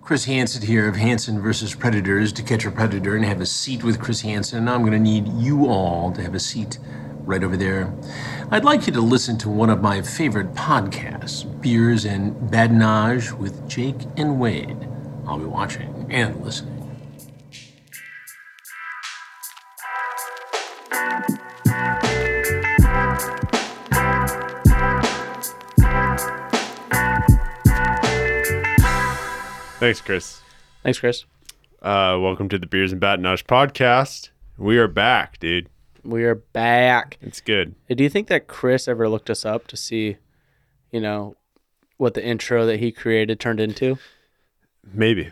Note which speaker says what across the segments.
Speaker 1: Chris Hansen here of Hansen versus Predators to catch a predator and have a seat with Chris Hansen. I'm going to need you all to have a seat right over there. I'd like you to listen to one of my favorite podcasts, Beers and Badinage with Jake and Wade. I'll be watching and listening.
Speaker 2: Thanks, Chris.
Speaker 3: Thanks, Chris.
Speaker 2: Uh, welcome to the Beers and Batonage podcast. We are back, dude.
Speaker 3: We are back.
Speaker 2: It's good.
Speaker 3: Do you think that Chris ever looked us up to see, you know, what the intro that he created turned into?
Speaker 2: Maybe.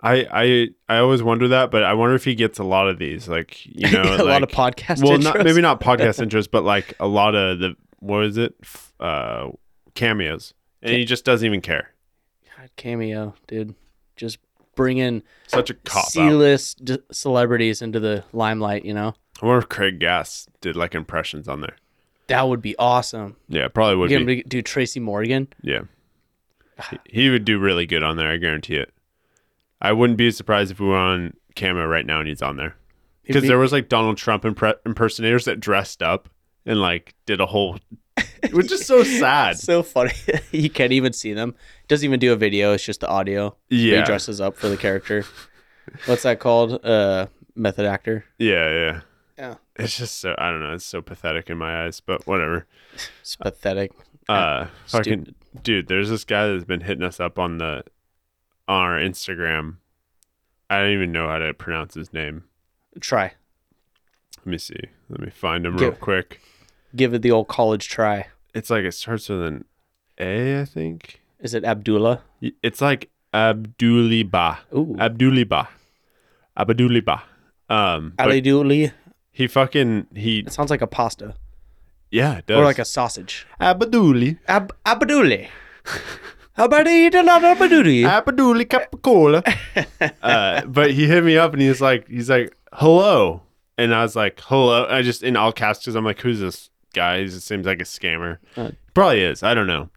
Speaker 2: I I I always wonder that, but I wonder if he gets a lot of these. Like you know,
Speaker 3: a lot
Speaker 2: like-
Speaker 3: of podcast
Speaker 2: Well,
Speaker 3: intros.
Speaker 2: not, maybe not podcast intros, but like a lot of the what is it? F- Uh, cameos, and he just doesn't even care.
Speaker 3: God, cameo, dude. Just bring in
Speaker 2: Such a cop out.
Speaker 3: C-list d- celebrities into the limelight, you know?
Speaker 2: I wonder if Craig Gass did like impressions on there.
Speaker 3: That would be awesome.
Speaker 2: Yeah, probably would
Speaker 3: you
Speaker 2: be.
Speaker 3: gonna do Tracy Morgan?
Speaker 2: Yeah. He- He would do really good on there, I guarantee it. I wouldn't be surprised if we were on camera right now and he's on there.
Speaker 3: He'd
Speaker 2: Because
Speaker 3: be-
Speaker 2: there was like Donald Trump impre- impersonators that dressed up and like did a whole, which is so sad.
Speaker 3: so funny. you can't even see them. Doesn't even do a video. It's just the audio. He
Speaker 2: Yeah.
Speaker 3: dresses up for the character. What's that called? Uh, method actor.
Speaker 2: yeah, yeah.
Speaker 3: Yeah.
Speaker 2: It's just so I don't know. It's so pathetic in my eyes, but whatever.
Speaker 3: It's pathetic.
Speaker 2: Uh, fucking
Speaker 3: Stupid.
Speaker 2: dude, there's this guy that's been hitting us up on the on our Instagram. I don't even know how to pronounce his name.
Speaker 3: Try.
Speaker 2: Let me see. Let me find him
Speaker 3: Give-
Speaker 2: real quick.
Speaker 3: Give it the old college try.
Speaker 2: it's like it starts with an A, I think.
Speaker 3: Is it Abdullah?
Speaker 2: Y- It's like Abduliba.
Speaker 3: Ooh.
Speaker 2: Abduliba. Abduliba. Um, but
Speaker 3: Abdullah.
Speaker 2: he fucking he
Speaker 3: It sounds like a pasta
Speaker 2: yeah it does
Speaker 3: or like a sausage.
Speaker 2: Abduli
Speaker 3: Ab Abdullah. Abdullah.
Speaker 2: Abduli Capicola. uh, but he hit me up and he's like he's like hello and I was like hello I just in all caps because I'm like who's this guy he just seems like a scammer
Speaker 3: Uh.
Speaker 2: probably is I don't know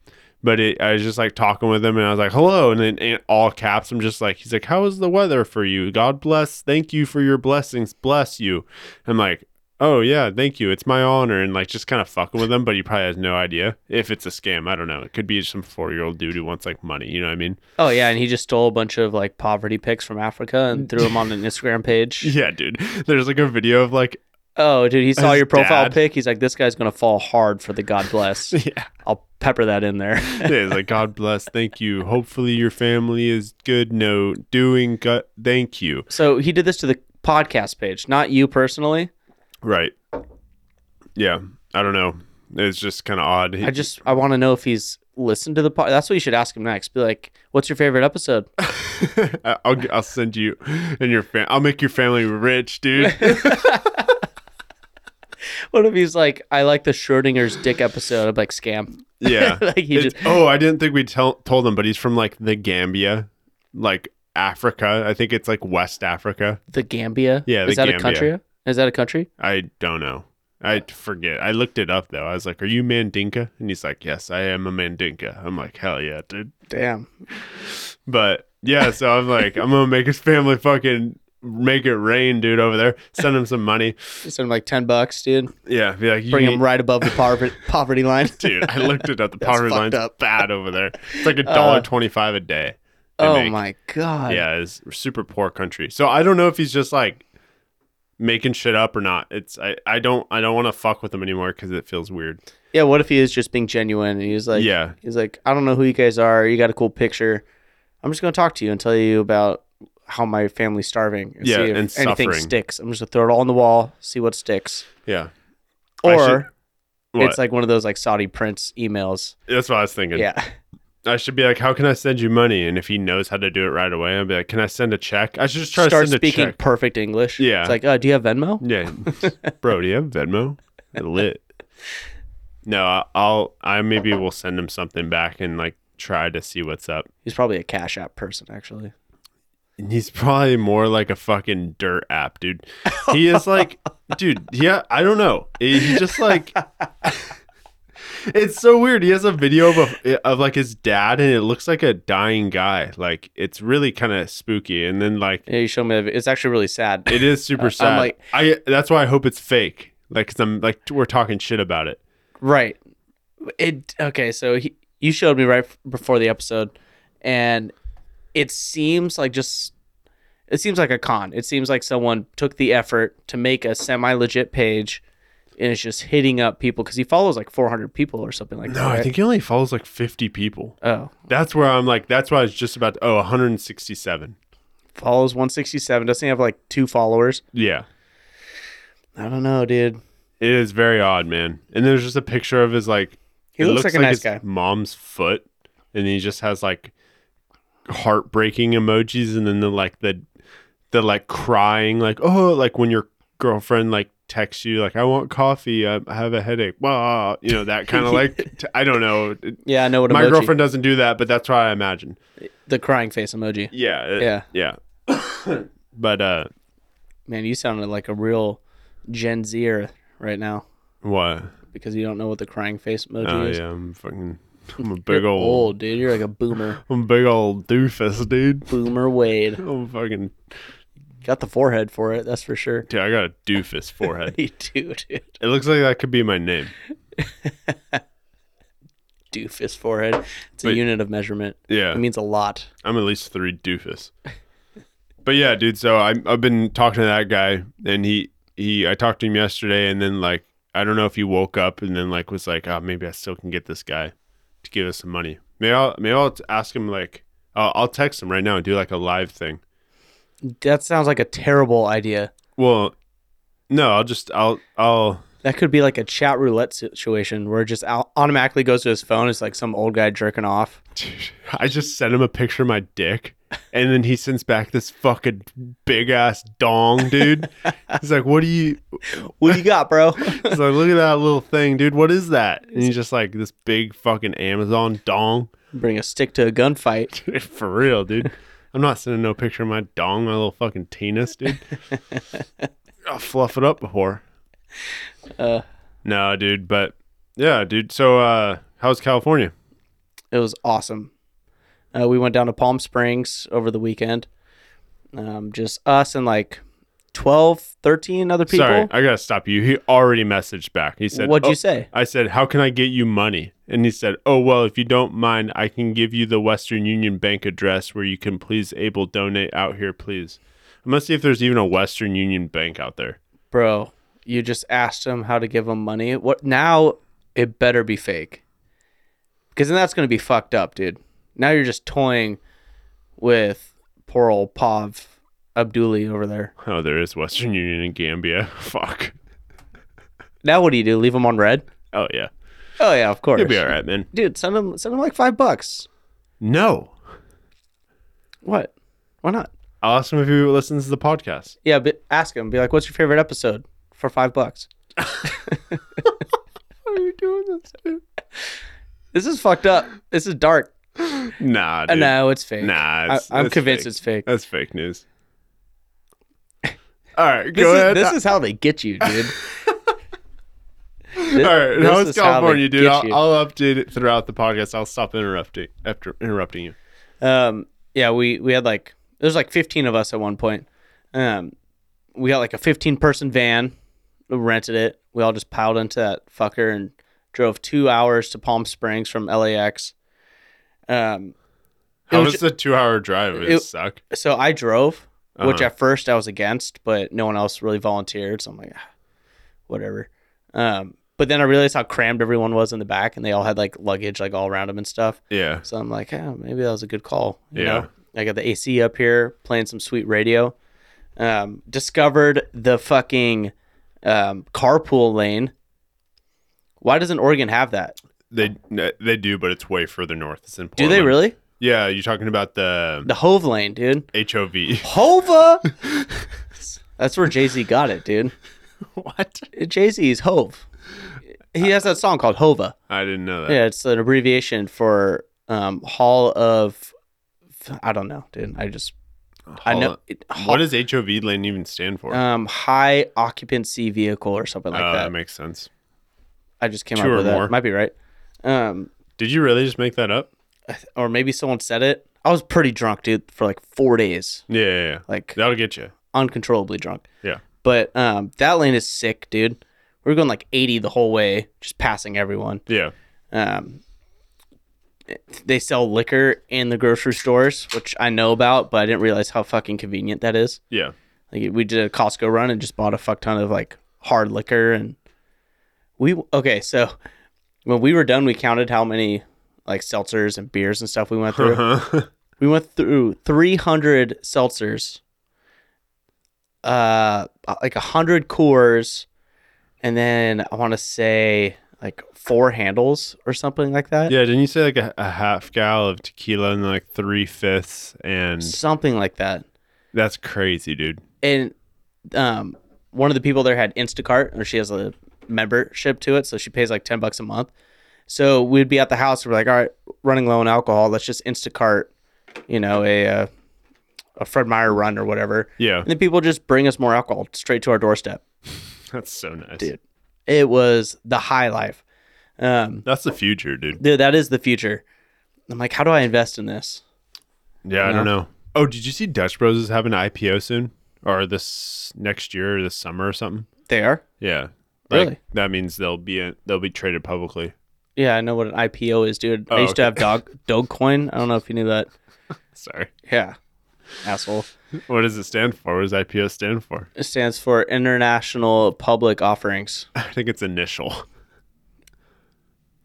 Speaker 2: but it, I was just like talking with him and I was like hello and then in all caps I'm just like he's like how is the weather for you God bless thank you for your blessings bless you I'm like. Oh yeah, thank you. It's my honor, and like just kind of fucking with him, but he probably has no idea if it's a scam. I don't know. It could be some four-year-old dude who wants like money. You know what I mean?
Speaker 3: Oh yeah, and he just stole a bunch of like poverty pics from Africa and threw them on an Instagram page.
Speaker 2: Yeah, dude. There's like a video of like,
Speaker 3: Oh, dude, he saw
Speaker 2: His
Speaker 3: your profile
Speaker 2: dad.
Speaker 3: pic. He's like, this guy's gonna fall hard for the God bless.
Speaker 2: yeah,
Speaker 3: I'll pepper that in there.
Speaker 2: it's like God bless, thank you. Hopefully your family is good. No, doing good. Thank you.
Speaker 3: so he did this to the podcast page, not you personally.
Speaker 2: Right. Yeah, I don't know. It's just kind of odd.
Speaker 3: I just I want to know if he's listened to the pod. That's what you should ask him next. Be like, what's your favorite episode?
Speaker 2: I- I'll I'll send you and your fam. I'll make your family rich, dude.
Speaker 3: What if he's like, I like the Schrodinger's dick episode? I'm like, scam.
Speaker 2: Yeah.
Speaker 3: Like, he
Speaker 2: It's-
Speaker 3: just-
Speaker 2: oh, I didn't think we tell, told him, but he's from like the Gambia, like Africa. I think it's like West Africa.
Speaker 3: The Gambia.
Speaker 2: Yeah, the
Speaker 3: is that
Speaker 2: Gambia.
Speaker 3: a country? Is that a country?
Speaker 2: I don't know. I forget. I looked it up though. I was like, "Are you Mandinka?" And he's like, "Yes, I am a Mandinka." I'm like, "Hell yeah, dude!"
Speaker 3: Damn.
Speaker 2: But yeah, so I'm like, "I'm gonna make his family fucking make it rain, dude, over there. Send him some money."
Speaker 3: Just send him like ten bucks, dude.
Speaker 2: Yeah, be like, you
Speaker 3: Bring
Speaker 2: need-
Speaker 3: him right above the poverty poverty line.
Speaker 2: dude." I looked it up. The poverty
Speaker 3: fucked
Speaker 2: line's
Speaker 3: up. Uh,
Speaker 2: bad over there. It's like a dollar twenty-five a day. they
Speaker 3: oh
Speaker 2: make.
Speaker 3: my god.
Speaker 2: Yeah, it's a super poor country. So I don't know if he's just like making shit up or not. It's I I don't I don't want to fuck with him anymore because it feels weird.
Speaker 3: Yeah, what if he is just being genuine and he's like
Speaker 2: Yeah.
Speaker 3: he's like, I don't know who you guys are, you got a cool picture. I'm just gonna talk to you and tell you about how my family's starving and
Speaker 2: Yeah,
Speaker 3: see if
Speaker 2: and
Speaker 3: anything
Speaker 2: suffering.
Speaker 3: sticks. I'm just gonna throw it all on the wall, see what sticks.
Speaker 2: Yeah. I should-
Speaker 3: Or
Speaker 2: What?
Speaker 3: it's like one of those like Saudi prince emails.
Speaker 2: That's what I was thinking.
Speaker 3: Yeah.
Speaker 2: I should be like, how can I send you money? And if he knows how to do it right away, I'd be like, can I send a check? I should just try
Speaker 3: Start
Speaker 2: to send
Speaker 3: speaking
Speaker 2: a check.
Speaker 3: perfect English.
Speaker 2: Yeah.
Speaker 3: It's like, uh, do you have Venmo?
Speaker 2: Yeah. Bro, do you have Venmo? Lit. No, I- I'll, I maybe will send him something back and like try to see what's up.
Speaker 3: He's probably a Cash App person, actually.
Speaker 2: And he's probably more like a fucking dirt app, dude. He is like, dude, yeah, I don't know. He- He's just like, It's so weird. He has a video of a, of like his dad, and it looks like a dying guy. Like it's really kind of spooky. And then like
Speaker 3: Yeah, you showed me. That. vi- It's actually really sad.
Speaker 2: it is super sad. i
Speaker 3: like-
Speaker 2: that's why I hope it's fake. Like i I'm like we're talking shit about it.
Speaker 3: Right. It okay. So he, you showed me right f- before the episode, and it seems like just it seems like a con. It seems like someone took the effort to make a semi legit page, and it's just hitting up people because he follows like 400 people or something like that.
Speaker 2: No, I
Speaker 3: right?
Speaker 2: think he only follows like 50 people.
Speaker 3: Oh,
Speaker 2: That's where I'm like. That's why I was just about. To, oh, 167.
Speaker 3: follows 167. Doesn't he have like two followers?
Speaker 2: Yeah.
Speaker 3: I don't know, dude.
Speaker 2: It is very odd, man. And there's just a picture of his like
Speaker 3: He
Speaker 2: it
Speaker 3: looks like a nice
Speaker 2: his
Speaker 3: guy.
Speaker 2: Mom's foot, and he just has like heartbreaking emojis, and then the like the the like crying, like oh, like when your girlfriend like texts you, like I want coffee, I I have a headache, wow, you know that kind of like t- I don't know.
Speaker 3: Yeah, I know what
Speaker 2: My
Speaker 3: emoji-
Speaker 2: girlfriend doesn't do that, but that's what I imagine.
Speaker 3: the crying face emoji.
Speaker 2: Yeah, it-
Speaker 3: Yeah.
Speaker 2: yeah. but uh,
Speaker 3: Man, you sounded like a real Gen Zer right now
Speaker 2: what?
Speaker 3: because you don't know what the crying face emoji
Speaker 2: Oh
Speaker 3: is.
Speaker 2: yeah, I'm fucking. I'm a
Speaker 3: You're
Speaker 2: big old,
Speaker 3: old, dude. You're like a boomer.
Speaker 2: I'm a big old doofus, dude.
Speaker 3: boomer Wade.
Speaker 2: I'm Oh, fucking
Speaker 3: Got the forehead for it, that's for sure.
Speaker 2: dude. I got a doofus forehead.
Speaker 3: You do, dude.
Speaker 2: It looks like that could be my name.
Speaker 3: Doofus forehead. It's a
Speaker 2: But-
Speaker 3: unit of measurement.
Speaker 2: Yeah,
Speaker 3: It means a lot.
Speaker 2: I'm at least three doofus. But yeah, dude. So I, I've been talking to that guy, and he he I talked to him yesterday, and then like I don't know if he woke up and then like was like, oh, maybe I still can get this guy to give us some money. Maybe I'll maybe I'll ask him like I'll, I'll text him right now and do like a live thing.
Speaker 3: That sounds like a terrible idea.
Speaker 2: Well, no, I'll just I'll I'll
Speaker 3: That could be like a chat roulette situation where it just au- automatically goes to his phone. It's like some old guy jerking off.
Speaker 2: Dude, I just sent him a picture of my dick, and then he sends back this fucking big ass dong, dude. He's like, "What do you?"
Speaker 3: What do you got, bro?
Speaker 2: He's like, "Look at that little thing, dude. What is that?" And he's just like, "This big fucking Amazon dong."
Speaker 3: Bring a stick to a gunfight.
Speaker 2: Dude, for real, dude. I'm not sending no picture of my dong, my little fucking penis, dude. I'll fluff it up before.
Speaker 3: Uh.
Speaker 2: no, dude. But yeah, dude. So, uh, how's California?
Speaker 3: It was awesome. Uh, we went down to Palm Springs over the weekend. Um, just us and like 12, 13 other people.
Speaker 2: Sorry, I gotta stop you. He already messaged back. He said,
Speaker 3: What'd
Speaker 2: "Oh,
Speaker 3: you say?
Speaker 2: I said, How can I get you money? And he said, Oh, well, if you don't mind, I can give you the Western Union Bank address where you can please able donate out here, please. I'm gonna see if there's even a Western Union Bank out there.
Speaker 3: Bro, you just asked him how to give him money. What now? It better be fake, because then that's gonna be fucked up, dude. Now you're just toying with poor old Pav Abduli over there.
Speaker 2: Oh, there is Western Union in Gambia. Fuck.
Speaker 3: Now what do you do? Leave him on red?
Speaker 2: Oh, yeah.
Speaker 3: Oh yeah, of course.
Speaker 2: You'll be all right, man.
Speaker 3: Dude, send him send him like five bucks.
Speaker 2: No.
Speaker 3: What? Why not?
Speaker 2: I'll ask him if he listens to the podcast.
Speaker 3: Yeah, but ask him. Be like, what's your favorite episode for five bucks?
Speaker 2: Why are you doing this, dude?
Speaker 3: This is fucked up. This is dark.
Speaker 2: Nah,
Speaker 3: Uh,
Speaker 2: dude.
Speaker 3: no, it's fake.
Speaker 2: Nah,
Speaker 3: I,
Speaker 2: it's-
Speaker 3: I'm
Speaker 2: it's
Speaker 3: convinced
Speaker 2: fake.
Speaker 3: it's fake.
Speaker 2: That's fake news. All right,
Speaker 3: This
Speaker 2: go
Speaker 3: is,
Speaker 2: ahead.
Speaker 3: this is how they get you, dude. Thi-
Speaker 2: All right,
Speaker 3: this
Speaker 2: how is
Speaker 3: is how they
Speaker 2: California, dude?
Speaker 3: get
Speaker 2: I'll,
Speaker 3: you.
Speaker 2: I'll update it throughout the podcast. I'll stop interrupting after interrupting you.
Speaker 3: Um, yeah, we we had like there was like 15 of us at one point. Um, we got like a 15 person van, we rented it. We all just piled into that fucker and drove two hours to Palm Springs from LAX. Um,
Speaker 2: How
Speaker 3: was
Speaker 2: does the two-hour drive it,
Speaker 3: it-
Speaker 2: suck?
Speaker 3: so I drove, which
Speaker 2: Uh-huh.
Speaker 3: at first I was against, but no one else really volunteered, so I'm like, "Ah, whatever. Um, but then I realized how crammed everyone was in the back, and they all had like luggage like all around them and stuff.
Speaker 2: Yeah,
Speaker 3: So I'm like, oh, maybe that was a good call. You
Speaker 2: Yeah.
Speaker 3: Know? I got the AC up here playing some sweet radio. Um, discovered the fucking um, carpool lane. Why doesn't Oregon have that?
Speaker 2: they they do, but it's way further north. It's in
Speaker 3: Do
Speaker 2: Portland.
Speaker 3: they really?
Speaker 2: Yeah, you're talking about the
Speaker 3: The Hove lane, dude.
Speaker 2: HOV.
Speaker 3: Hova! That's where Jay Z got it, dude.
Speaker 2: what?
Speaker 3: Jay Z is Hove. He has that song called Hova.
Speaker 2: I didn't know that.
Speaker 3: Yeah, it's an abbreviation for um, Hall of. I don't know, dude. I just. I
Speaker 2: Hall-
Speaker 3: know. It,
Speaker 2: What does HOV lane even stand for?
Speaker 3: um high occupancy vehicle or something like
Speaker 2: oh, that.
Speaker 3: that.
Speaker 2: makes sense.
Speaker 3: I just came
Speaker 2: two
Speaker 3: up
Speaker 2: or
Speaker 3: with
Speaker 2: more.
Speaker 3: that. Might be right. Um,
Speaker 2: Did you really just make that up?
Speaker 3: or maybe someone said it. I was pretty drunk, dude, for like four days,
Speaker 2: Yeah, yeah, yeah.
Speaker 3: like
Speaker 2: that'll get you.
Speaker 3: uncontrollably drunk.
Speaker 2: Yeah.
Speaker 3: But um, that lane is sick, dude. We were going like 80 the whole way, just passing everyone.
Speaker 2: Yeah.
Speaker 3: Um, they sell liquor in the grocery stores, which I know about, but I didn't realize how fucking convenient that is.
Speaker 2: Yeah.
Speaker 3: Like we did a Costco run and just bought a fuck ton of like hard liquor and we okay, so when we were done we counted how many like seltzers and beers and stuff we went through.
Speaker 2: Uh-huh.
Speaker 3: We went through 300 seltzers. Uh like 100 Coors and then I want to say like four handles or something like that.
Speaker 2: Yeah, didn't you say like a, a half gal of tequila and like three fifths? And
Speaker 3: Something like that.
Speaker 2: that's crazy, dude.
Speaker 3: and um, one of the people there had Instacart, or she has a membership to it, so she pays like ten bucks a month. So we'd be at the house. We're like, all right, running low on alcohol. Let's just Instacart, you know, a uh, a Fred Meyer run or whatever.
Speaker 2: Yeah,
Speaker 3: And then people just bring us more alcohol straight to our doorstep.
Speaker 2: that's so nice.
Speaker 3: Dude. It was the high life. Um,
Speaker 2: That's the future, dude.
Speaker 3: dude, that is the future. I'm like, how do I invest in this?
Speaker 2: Yeah, I don't know. Oh, did you see Dutch Bros is having an IPO soon or this next year or this summer or something?
Speaker 3: They are.
Speaker 2: Yeah.
Speaker 3: Really?
Speaker 2: That means they'll be in, they'll be traded publicly.
Speaker 3: Yeah, I know what an IPO is, dude.
Speaker 2: Oh,
Speaker 3: I used to
Speaker 2: okay.
Speaker 3: have dog Dogecoin. I don't know if you knew that.
Speaker 2: Sorry.
Speaker 3: Yeah. Asshole.
Speaker 2: What does it stand for? What does IPO stand for?
Speaker 3: It stands for International Public Offerings.
Speaker 2: I think it's initial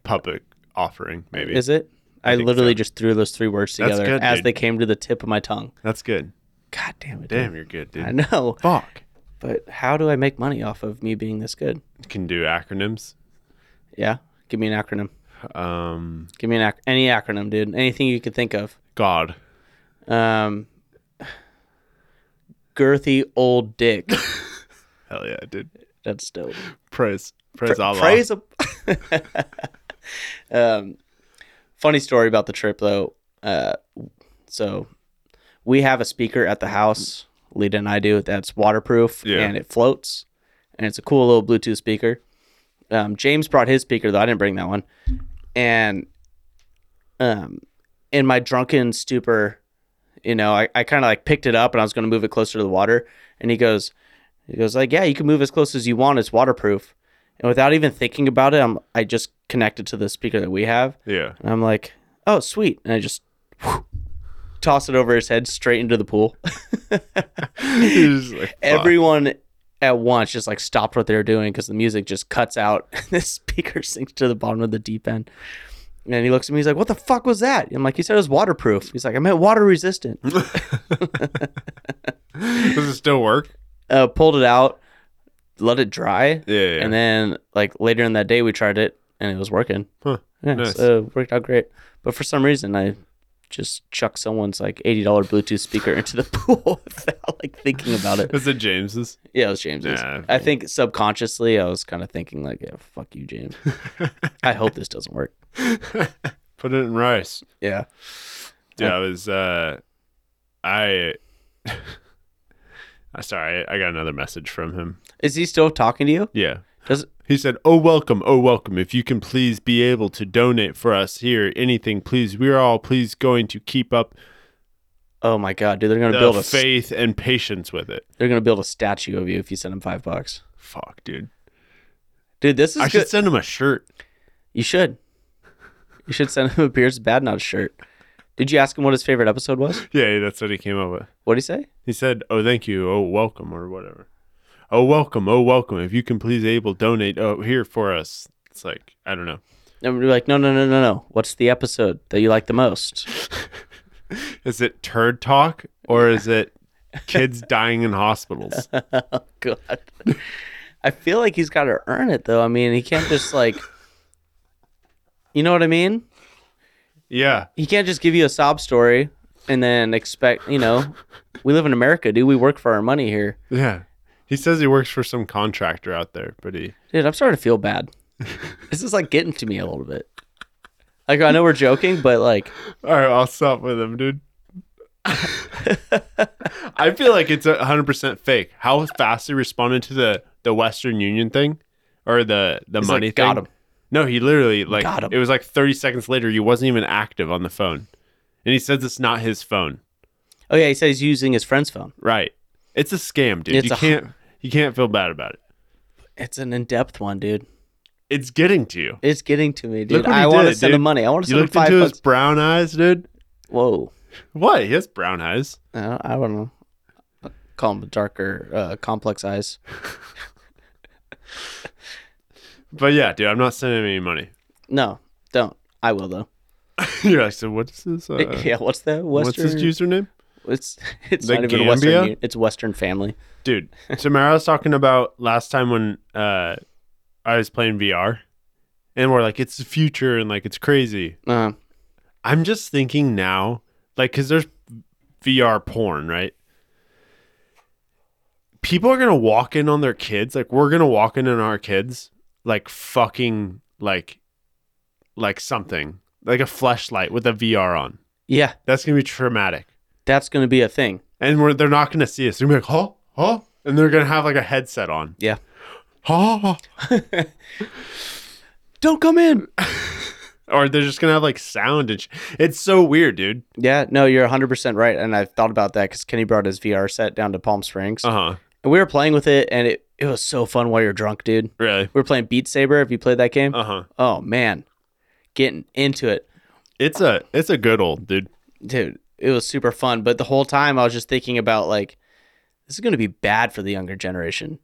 Speaker 2: public offering, maybe.
Speaker 3: Is it? I,
Speaker 2: think
Speaker 3: literally
Speaker 2: so.
Speaker 3: just threw those three words
Speaker 2: That's
Speaker 3: together
Speaker 2: good,
Speaker 3: as
Speaker 2: dude.
Speaker 3: they came to the tip of my tongue.
Speaker 2: That's good.
Speaker 3: God damn it.
Speaker 2: Damn, you're good, dude.
Speaker 3: I know.
Speaker 2: Fuck.
Speaker 3: But how do I make money off of me being this good?
Speaker 2: Can do acronyms.
Speaker 3: Yeah. Give me an acronym.
Speaker 2: Um,
Speaker 3: Give me an ac- any acronym, dude. Anything you could think of.
Speaker 2: God.
Speaker 3: Um, girthy old dick.
Speaker 2: Hell yeah, dude.
Speaker 3: That's dope.
Speaker 2: Praise. Praise Allah.
Speaker 3: praise a- um, funny story about the trip though uh, so we have a speaker at the house lita and i do that's waterproof
Speaker 2: Yeah.
Speaker 3: and it floats and it's a cool little bluetooth speaker um, james brought his speaker though i didn't bring that one and um, in my drunken stupor you know i, I kind of like picked it up and i was going to move it closer to the water and he goes he goes like yeah you can move as close as you want it's waterproof and without even thinking about it I'm, i just connected to the speaker that we have
Speaker 2: Yeah.
Speaker 3: and i'm like oh sweet and i just toss it over his head straight into the pool
Speaker 2: He's just like, fuck.
Speaker 3: everyone at once just like stopped what they were doing because the music just cuts out and the speaker sinks to the bottom of the deep end and he looks at me he's like what the fuck was that i'm like he said it was waterproof he's like i meant water resistant
Speaker 2: Does it still work?
Speaker 3: uh, pulled it out let it dry
Speaker 2: Yeah. yeah, yeah.
Speaker 3: And then like later in that day, we tried it and it was working.
Speaker 2: Huh.
Speaker 3: Yeah,
Speaker 2: Nice.
Speaker 3: so it worked out great. But for some reason, I just chucked someone's like eighty dollar Bluetooth speaker into the pool without like thinking about it.
Speaker 2: Is it James's?
Speaker 3: Yeah, it was James's.
Speaker 2: Nah,
Speaker 3: I think subconsciously, I was kind of thinking like, yeah, "Fuck you, James." I hope this doesn't work.
Speaker 2: Put it in rice.
Speaker 3: Yeah.
Speaker 2: Yeah, I was. Uh, I. I sorry, I I got another message from him.
Speaker 3: Is he still talking to you?
Speaker 2: Yeah.
Speaker 3: Does
Speaker 2: He said, "Oh welcome, oh welcome. If you can please be able to donate for us here, anything, please. We are all please going to keep up
Speaker 3: oh my god, dude, they're gonna build
Speaker 2: the
Speaker 3: a they
Speaker 2: faith and patience with it."
Speaker 3: they're gonna build a statue of you if you send them five bucks.
Speaker 2: Fuck, dude.
Speaker 3: Dude, this is
Speaker 2: I
Speaker 3: good.
Speaker 2: should send him a shirt.
Speaker 3: You should. You should send him a Beers Bad Not shirt. Did you ask him what his favorite episode was?
Speaker 2: Yeah, yeah, that's what he came up with.
Speaker 3: What'd he say?
Speaker 2: He said, "Oh, thank you. Oh, welcome, or whatever. Oh, welcome. Oh, welcome. If you can please able donate. Oh, here for us. It's like I don't know.
Speaker 3: And we are like, no, no, no, no, no. What's the episode that you like the most?
Speaker 2: Is it turd talk or is it kids dying in hospitals?
Speaker 3: God. I feel like he's got to earn it, though. I mean, he can't just, like, you know what I mean?
Speaker 2: Yeah,
Speaker 3: He can't just give you a sob story and then expect, you know, we live in America, dude. We work for our money here.
Speaker 2: yeah. He says he works for some contractor out there, but he
Speaker 3: Dude, I'm starting to feel bad. This is, like, getting to me a little bit. Like, I know we're joking, but, like,
Speaker 2: All right, I'll stop with him, dude. I feel like it's a 100% fake. How fast he responded to the the Western Union thing or the the
Speaker 3: He's like,
Speaker 2: money thing.
Speaker 3: "Got him."
Speaker 2: No, he literally like
Speaker 3: Got him.
Speaker 2: it was like 30 seconds later. He wasn't even active on the phone, and he says it's not his phone.
Speaker 3: Oh yeah, he said he's using his friend's phone.
Speaker 2: Right? It's a scam, dude.
Speaker 3: It's
Speaker 2: you
Speaker 3: a-
Speaker 2: can't you can't feel bad about it.
Speaker 3: It's an in-depth one, dude.
Speaker 2: It's getting to you.
Speaker 3: It's getting to me,
Speaker 2: Look
Speaker 3: dude.
Speaker 2: what he
Speaker 3: I want to
Speaker 2: did,
Speaker 3: send
Speaker 2: dude.
Speaker 3: him money. I want to
Speaker 2: You
Speaker 3: send him
Speaker 2: looked
Speaker 3: five
Speaker 2: into
Speaker 3: bucks.
Speaker 2: his brown eyes, dude.
Speaker 3: Whoa,
Speaker 2: What? He has brown eyes.
Speaker 3: Uh, I don't know. Call him darker, uh, complex eyes.
Speaker 2: But yeah, dude, I'm not sending him any money.
Speaker 3: No, don't. I will though.
Speaker 2: You're like, so what's this? Uh,
Speaker 3: yeah, what's the Western?
Speaker 2: what's his username?
Speaker 3: It's it's
Speaker 2: The
Speaker 3: not even
Speaker 2: Gambia?
Speaker 3: Western. U- It's Western Family.
Speaker 2: Dude, Tamara was talking about last time when uh, I was playing VR, and we're like, it's the future and like it's crazy.
Speaker 3: Uh,
Speaker 2: I'm just thinking now, like, because there's VR porn, right? People are gonna walk in on their kids, like we're gonna walk in on our kids, like fucking like, like something, like a flashlight with a VR on.
Speaker 3: yeah,
Speaker 2: That's gonna be traumatic,
Speaker 3: that's gonna be a thing.
Speaker 2: and we're they're not gonna see us. They're gonna be like, huh, huh, and they're gonna have like a headset on.
Speaker 3: Yeah.
Speaker 2: Huh, huh.
Speaker 3: Don't come in.
Speaker 2: or they're just gonna have like sound and sh- it's so weird, dude.
Speaker 3: Yeah, no, you're 100 percent right, and I've thought about that because Kenny brought his VR set down to Palm Springs,
Speaker 2: Uh huh.
Speaker 3: and we were playing with it, and it it was so fun while you're drunk, dude.
Speaker 2: Really.
Speaker 3: We were playing Beat Saber. Have you played that game?
Speaker 2: Uh huh.
Speaker 3: oh man, getting into it.
Speaker 2: It's a it's a good old dude.
Speaker 3: dude, it was super fun. But the whole time I was just thinking about like, this is going to be bad for the younger generation.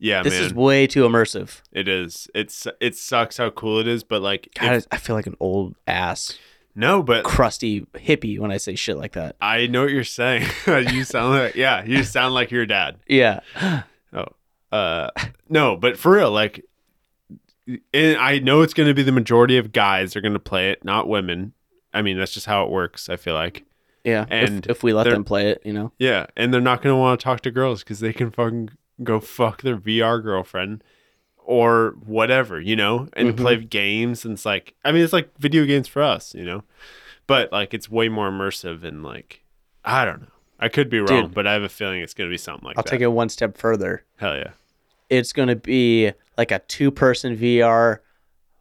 Speaker 2: Yeah,
Speaker 3: this
Speaker 2: man.
Speaker 3: is way too immersive.
Speaker 2: It is. It's it sucks how cool it is, but like
Speaker 3: God,
Speaker 2: if-
Speaker 3: I feel like an old ass,
Speaker 2: no, but
Speaker 3: crusty hippie when I say shit like that.
Speaker 2: I know what you're saying. you sound like yeah, you sound like your dad.
Speaker 3: Yeah,
Speaker 2: Uh no, but for real, like and I know it's gonna be the majority of guys are gonna play it, not women. I mean, that's just how it works, I feel like.
Speaker 3: yeah.
Speaker 2: And
Speaker 3: if, if we let
Speaker 2: they're-
Speaker 3: them play it, you know.
Speaker 2: Yeah, and they're not gonna want to talk to girls because they can fucking go fuck their VR girlfriend or whatever, you know, and
Speaker 3: Mhm.
Speaker 2: play games. And it's like, I mean, it's like video games for us, you know, but like it's way more immersive and like, I don't know. I could be wrong,
Speaker 3: Dude.
Speaker 2: but I have a feeling it's gonna be something like
Speaker 3: I'll
Speaker 2: that.
Speaker 3: take it one step further.
Speaker 2: Hell yeah,
Speaker 3: It's going to be like a two-person VR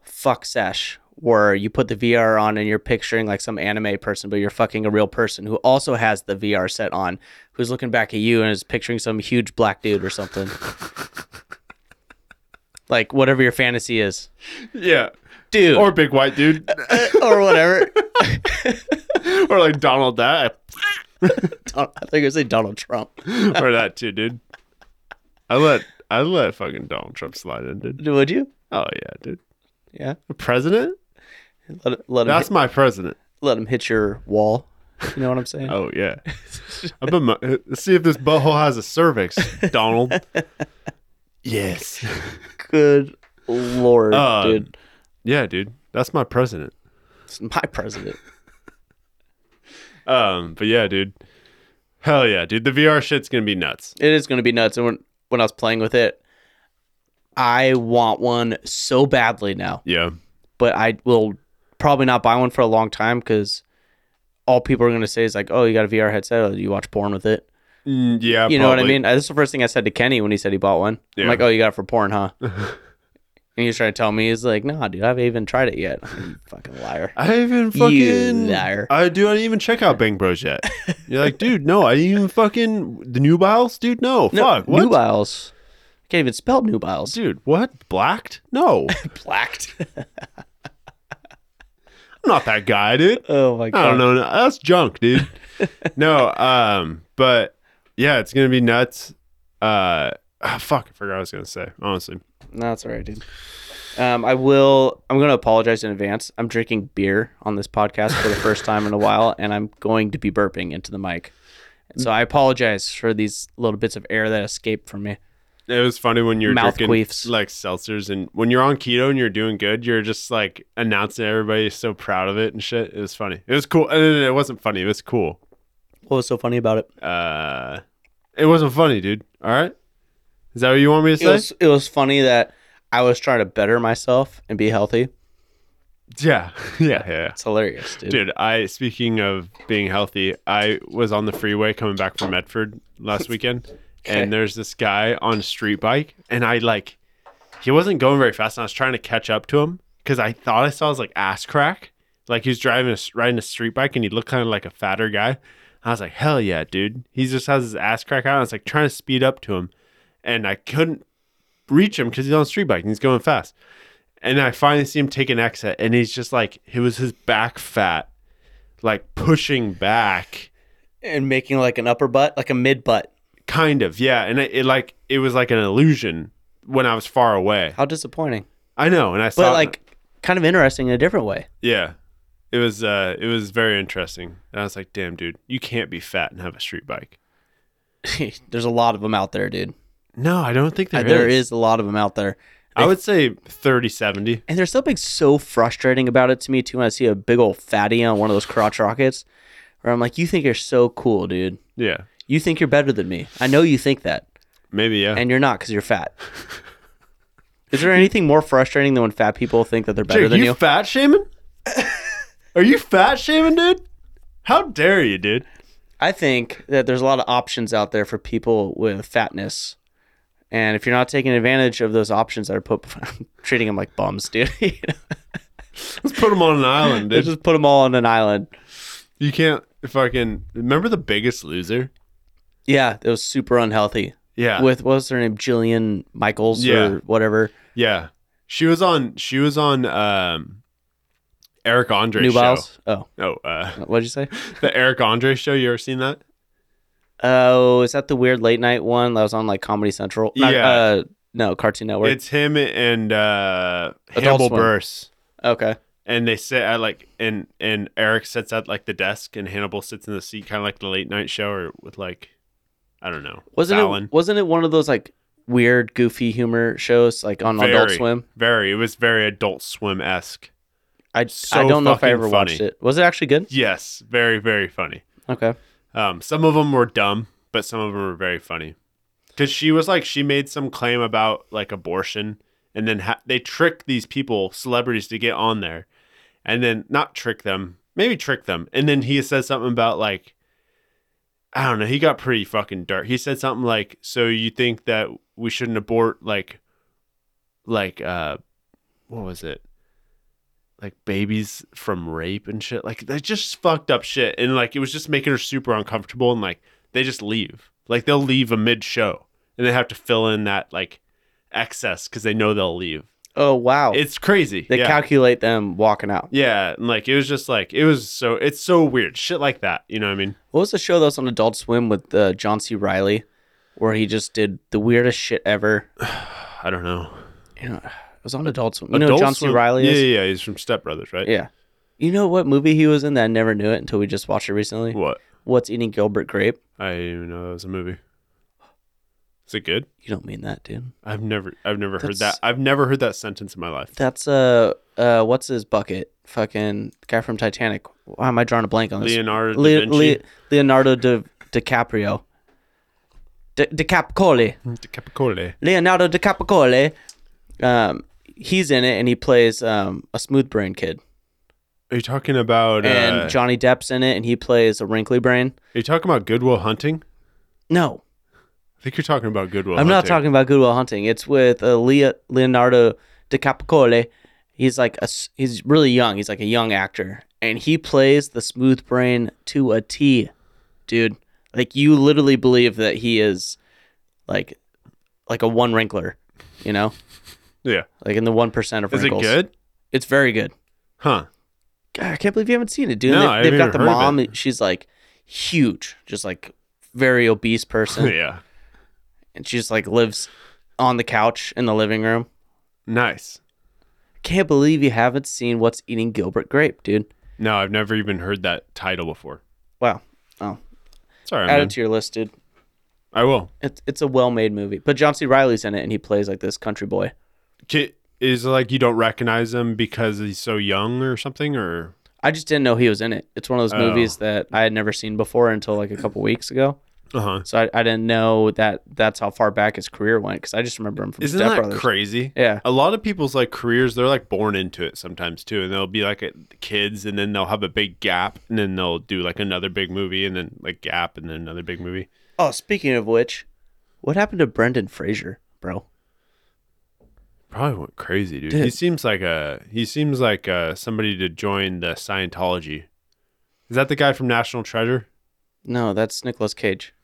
Speaker 3: fuck sesh where you put the VR on and you're picturing like some anime person, but you're fucking a real person who also has the VR set on, who's looking back at you and is picturing some huge black dude or something. like whatever your fantasy is.
Speaker 2: yeah.
Speaker 3: Dude.
Speaker 2: Or
Speaker 3: Or,
Speaker 2: big white dude,
Speaker 3: or whatever.
Speaker 2: or like Donald that,
Speaker 3: Don- I think I say Donald Trump.
Speaker 2: or that too, dude. I let I let fucking Donald Trump slide in, dude.
Speaker 3: Would you?
Speaker 2: Oh yeah, dude.
Speaker 3: Yeah.
Speaker 2: The president?
Speaker 3: Let, let, him,
Speaker 2: That's
Speaker 3: hit,
Speaker 2: my president.
Speaker 3: let him hit your wall. You know what I'm saying?
Speaker 2: Oh yeah. I bet my, uh, see if this butthole has a cervix, Donald. yes.
Speaker 3: Good lord,
Speaker 2: Uh,
Speaker 3: dude.
Speaker 2: Yeah, dude. That's my president.
Speaker 3: It's my president.
Speaker 2: Um, but yeah, dude. Hell yeah, dude. The VR shit's gonna be nuts.
Speaker 3: It is going to be nuts. And when, when I was playing with it, I want one so badly now,
Speaker 2: Yeah.
Speaker 3: but I will probably not buy one for a long time because all people are going to say is like, "Oh, you got a VR headset? Oh, you watch porn with it?"
Speaker 2: Mm, yeah.
Speaker 3: you know what I
Speaker 2: probably.
Speaker 3: mean? I- That's the first thing I said to Kenny when he said he bought one.
Speaker 2: Yeah.
Speaker 3: I'm like, "Oh, you got it for porn, huh?" and he was trying to tell me he's like, "Nah, dude, I haven't even tried it yet." You fucking liar.
Speaker 2: I even fucking
Speaker 3: liar.
Speaker 2: I do not even check out Bang Bros yet. You're like, dude, no, I didn't even fucking the nubiles, dude. No, fuck, Uh, what,
Speaker 3: Nubiles. I can't even spell Nubiles.
Speaker 2: dude? What blacked? No, I'm
Speaker 3: Blacked.
Speaker 2: not that guy, dude.
Speaker 3: oh my god.
Speaker 2: I don't know. That's junk, dude. no, um, but yeah, it's gonna be nuts. Uh, ah, fuck, I forgot what I was gonna say. Honestly,
Speaker 3: No, that's all right, dude. Um, I will. I'm going to apologize in advance. I'm drinking beer on this podcast for the first time in a while, and I'm going to be burping into the mic. So I apologize for these little bits of air that escaped from me.
Speaker 2: it was funny when you're
Speaker 3: Mouth
Speaker 2: drinking
Speaker 3: queefs.
Speaker 2: like seltzers, and when you're on keto and you're doing good, you're just like announcing everybody is so proud of it and shit. It was funny. It was cool. Uh, no, no, no, It wasn't funny. It was cool.
Speaker 3: What was so funny about it?
Speaker 2: Uh, it wasn't funny, dude. All right, is that what you want me to
Speaker 3: It
Speaker 2: say?
Speaker 3: was it was funny that I was trying to better myself and be healthy.
Speaker 2: Yeah, yeah, yeah.
Speaker 3: It's hilarious, dude.
Speaker 2: Dude, I speaking of being healthy, I was on the freeway coming back from Medford last weekend,
Speaker 3: Okay.
Speaker 2: and there's this guy on a street bike, and I like, he wasn't going very fast, and I was trying to catch up to him, because I thought I saw his like ass crack. Like he was driving a, s- riding a street bike and he looked kind of like a fatter guy. I was like, hell yeah, dude. He just has his ass crack out. I was like trying to speed up to him, and I couldn't reach him because he's on a street bike and he's going fast. And I finally see him take an exit, and he's just like, it was his back fat, like pushing back.
Speaker 3: and making like an upper butt, like a mid butt.
Speaker 2: Kind of, yeah. And it, it like it was like an illusion when I was far away.
Speaker 3: How disappointing.
Speaker 2: I know, and I saw
Speaker 3: But like kind of interesting in a different way.
Speaker 2: yeah. It was uh it was very interesting. And I was like, damn dude, you can't be fat and have a street bike.
Speaker 3: There's a lot of them out there, dude.
Speaker 2: No, I don't think
Speaker 3: Uh,
Speaker 2: there is.
Speaker 3: There is a lot of them out there.
Speaker 2: I would say 30 70.
Speaker 3: And there's something so frustrating about it to me too when I see a big old fatty on one of those crotch rockets where I'm like, You think you're so cool, dude.
Speaker 2: Yeah.
Speaker 3: You think you're better than me. I know you think that.
Speaker 2: Maybe yeah.
Speaker 3: And you're not because you're fat. Is there anything more frustrating than when fat people think that they're better
Speaker 2: Dude,
Speaker 3: than
Speaker 2: you,
Speaker 3: you?
Speaker 2: fat shaming? Are you fat shaming, dude? How dare you, dude?
Speaker 3: I think that there's a lot of options out there for people with fatness. And if you're not taking advantage of those options that are put, I'm treating them like bums, dude. You know?
Speaker 2: Let's put him on an island,
Speaker 3: They
Speaker 2: dude.
Speaker 3: just put them all on an island.
Speaker 2: you can't fucking remember the biggest loser?
Speaker 3: Yeah, it was super unhealthy.
Speaker 2: Yeah.
Speaker 3: With what was her name, Jillian Michaels
Speaker 2: Yeah.
Speaker 3: or whatever.
Speaker 2: yeah. She was on she was on um Eric Andre's
Speaker 3: New
Speaker 2: show.
Speaker 3: Balls. Oh,
Speaker 2: Oh, uh
Speaker 3: what'd you say?
Speaker 2: the Eric Andre show. You ever seen that?
Speaker 3: Oh, is that the weird late night one that was on like Comedy Central? Not-
Speaker 2: Yeah.
Speaker 3: Uh, no, Cartoon Network.
Speaker 2: It's him and uh,
Speaker 3: Adult
Speaker 2: Hannibal
Speaker 3: Swim.
Speaker 2: Buress,
Speaker 3: okay.
Speaker 2: and they sit at like and and Eric sits at like the desk, and Hannibal sits in the seat, kind of like the late night show, or with like I don't know.
Speaker 3: Wasn't
Speaker 2: Fallon.
Speaker 3: it? Wasn't it one of those like weird, goofy humor shows like on Adult
Speaker 2: Very.
Speaker 3: Swim?
Speaker 2: Very. It was very Adult Swim esque.
Speaker 3: I, I
Speaker 2: So
Speaker 3: don't know if I
Speaker 2: fucking
Speaker 3: ever watched
Speaker 2: funny.
Speaker 3: it. Was it actually good?
Speaker 2: Yes, very very funny.
Speaker 3: Okay.
Speaker 2: Um, some of them were dumb, but some of them were very funny. Because she was like, she made some claim about like abortion, and then ha- they trick these people, celebrities, to get on there, and then not trick them, maybe trick them, and then he said something about like, I don't know, he got pretty fucking dark. He said something like, "So you think that we shouldn't abort like, like uh, what was it?" like babies from rape and shit. Like they just fucked up shit, and like it was just making her super uncomfortable. And like they just leave. Like they'll leave a mid show, and they have to fill in that like excess because they know they'll leave.
Speaker 3: Oh wow.
Speaker 2: It's crazy.
Speaker 3: they
Speaker 2: yeah.
Speaker 3: calculate them walking out.
Speaker 2: yeah, and like it was just like it was so it's so weird shit like that. You know what I mean?
Speaker 3: What was the show that was on Adult Swim with uh, John C. Riley, where he just did the weirdest shit ever?
Speaker 2: I don't know.
Speaker 3: You know, it was on Adult Swim. You know
Speaker 2: Adult
Speaker 3: who John
Speaker 2: Swim-
Speaker 3: C. Riley
Speaker 2: Yeah,
Speaker 3: is?
Speaker 2: yeah, yeah, he's from Step Brothers, right?
Speaker 3: Yeah. You know what movie he was in that I never knew it until we just watched it recently?
Speaker 2: What?
Speaker 3: What's Eating Gilbert Grape?
Speaker 2: I didn't even know that was a movie. Is it good?
Speaker 3: You don't mean that, dude.
Speaker 2: I've never, I've never heard that.
Speaker 3: That's-
Speaker 2: I've never heard that sentence in my life.
Speaker 3: That's uh uh what's his bucket? Fucking guy from Titanic. Why am I drawing a blank on this?
Speaker 2: Leonardo da
Speaker 3: Le-
Speaker 2: Vinci.
Speaker 3: Le- Leonardo Di- DiCaprio. Di- DiCaprio.
Speaker 2: De Capicola.
Speaker 3: Leonardo DiCaprio. Um, he's in it and he plays um, a smooth brain kid.
Speaker 2: Are you talking about? uh,
Speaker 3: and Johnny Depp's in it and he plays a wrinkly brain.
Speaker 2: are you talking about Goodwill Hunting?
Speaker 3: No,
Speaker 2: I think you're talking about Goodwill.
Speaker 3: I'm not
Speaker 2: Hunting.
Speaker 3: talking about Goodwill Hunting. It's with uh, Lea- Leonardo DiCaprio. He's like a s- he's really young. He's like a young actor, and he plays the smooth brain to a T, dude. Like you literally believe that he is like like a one wrinkler, you know,
Speaker 2: Yeah.
Speaker 3: like in the one percent of
Speaker 2: Is it
Speaker 3: wrinkles.
Speaker 2: good?
Speaker 3: It's very good.
Speaker 2: Huh.
Speaker 3: God, I can't believe you haven't seen it, dude.
Speaker 2: No,
Speaker 3: They-
Speaker 2: I
Speaker 3: they've
Speaker 2: haven't
Speaker 3: got
Speaker 2: even
Speaker 3: the
Speaker 2: heard of
Speaker 3: mom. She's like huge, just like very obese person,
Speaker 2: yeah.
Speaker 3: and she just like lives on the couch in the living room.
Speaker 2: Nice.
Speaker 3: Can't believe you haven't seen What's Eating Gilbert Grape, dude.
Speaker 2: No, I've never even heard that title before.
Speaker 3: Wow. Oh,
Speaker 2: Sorry,
Speaker 3: add
Speaker 2: man.
Speaker 3: it to your list, dude.
Speaker 2: I will.
Speaker 3: It's, it's a well made movie. But John C. Riley's in it and he plays like this country boy.
Speaker 2: Ki- Is it like you don't recognize him because he's so young or something, or
Speaker 3: I just didn't know he was in it. It's one of those
Speaker 2: Oh.
Speaker 3: movies that I had never seen before until like a couple weeks ago.
Speaker 2: uh huh?
Speaker 3: So I, I didn't know that that's how far back his career went because I just remember him from
Speaker 2: Isn't
Speaker 3: Step
Speaker 2: that
Speaker 3: Brothers.
Speaker 2: crazy?
Speaker 3: Yeah.
Speaker 2: A lot of people's like careers, they're like born into it sometimes too, and they'll be like a, kids, and then they'll have a big gap, and then they'll do like another big movie, and then like gap, and then another big movie.
Speaker 3: Oh, speaking of which, what happened to Brendan Fraser, bro?
Speaker 2: probably went crazy, dude. He
Speaker 3: Dude.
Speaker 2: seems like a he seems like uh, somebody to join the Scientology. Is that the guy from National Treasure
Speaker 3: No, that's Nicolas Cage.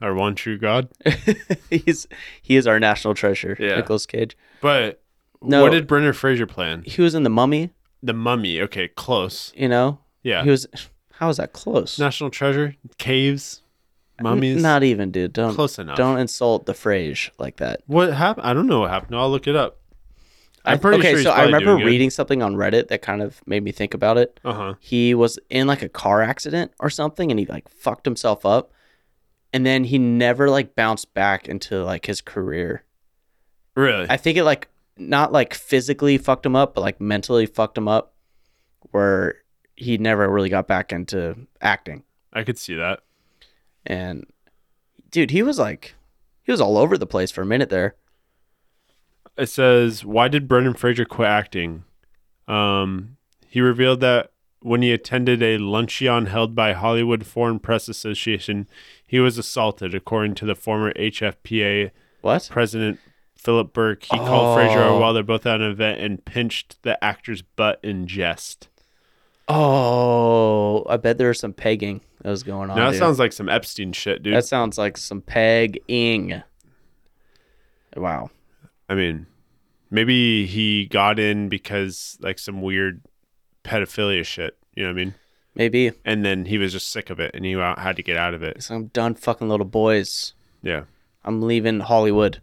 Speaker 2: or One True God?
Speaker 3: He's he is our national treasure,
Speaker 2: Yeah.
Speaker 3: Nicolas Cage.
Speaker 2: But
Speaker 3: No.
Speaker 2: what did Brendan Fraser plan?
Speaker 3: He was in The Mummy,
Speaker 2: The Mummy. Okay, close.
Speaker 3: you know?
Speaker 2: Yeah,
Speaker 3: He was How is that close?
Speaker 2: National Treasure, caves, mummies.
Speaker 3: N- Not even, dude. Don't
Speaker 2: Close enough.
Speaker 3: Don't insult the phrase like that.
Speaker 2: What happened? I don't know what happened. I'll look it up. I'm
Speaker 3: I-
Speaker 2: pretty
Speaker 3: okay,
Speaker 2: sure he's
Speaker 3: so I
Speaker 2: probably
Speaker 3: remember
Speaker 2: doing good.
Speaker 3: reading something on Reddit that kind of made me think about it.
Speaker 2: Uh huh.
Speaker 3: He was in like a car accident or something, and he like fucked himself up, and then he never like bounced back into like his career.
Speaker 2: Really?
Speaker 3: I think it like not like physically fucked him up, but like mentally fucked him up, where he never really got back into acting.
Speaker 2: I could see that.
Speaker 3: And dude, he was like, he was all over the place for a minute there.
Speaker 2: It says, "Why did Brendan Fraser quit acting?" Um, he revealed that when he attended a luncheon held by Hollywood Foreign Press Association, he was assaulted, according to the former HFPA
Speaker 3: What?
Speaker 2: president Philip Burke. He called Fraser
Speaker 3: Oh.
Speaker 2: while they're both at an event and pinched the actor's butt in jest.
Speaker 3: Oh, I bet there was some pegging that was going on.
Speaker 2: now that
Speaker 3: dude.
Speaker 2: sounds like some Epstein shit, dude.
Speaker 3: That sounds like some pegging. Wow.
Speaker 2: I mean, maybe he got in because like some weird pedophilia shit. You know what I mean?
Speaker 3: Maybe
Speaker 2: And then he was just sick of it, and he out- had to get out of it.
Speaker 3: some done fucking little boys.
Speaker 2: Yeah.
Speaker 3: I'm leaving Hollywood.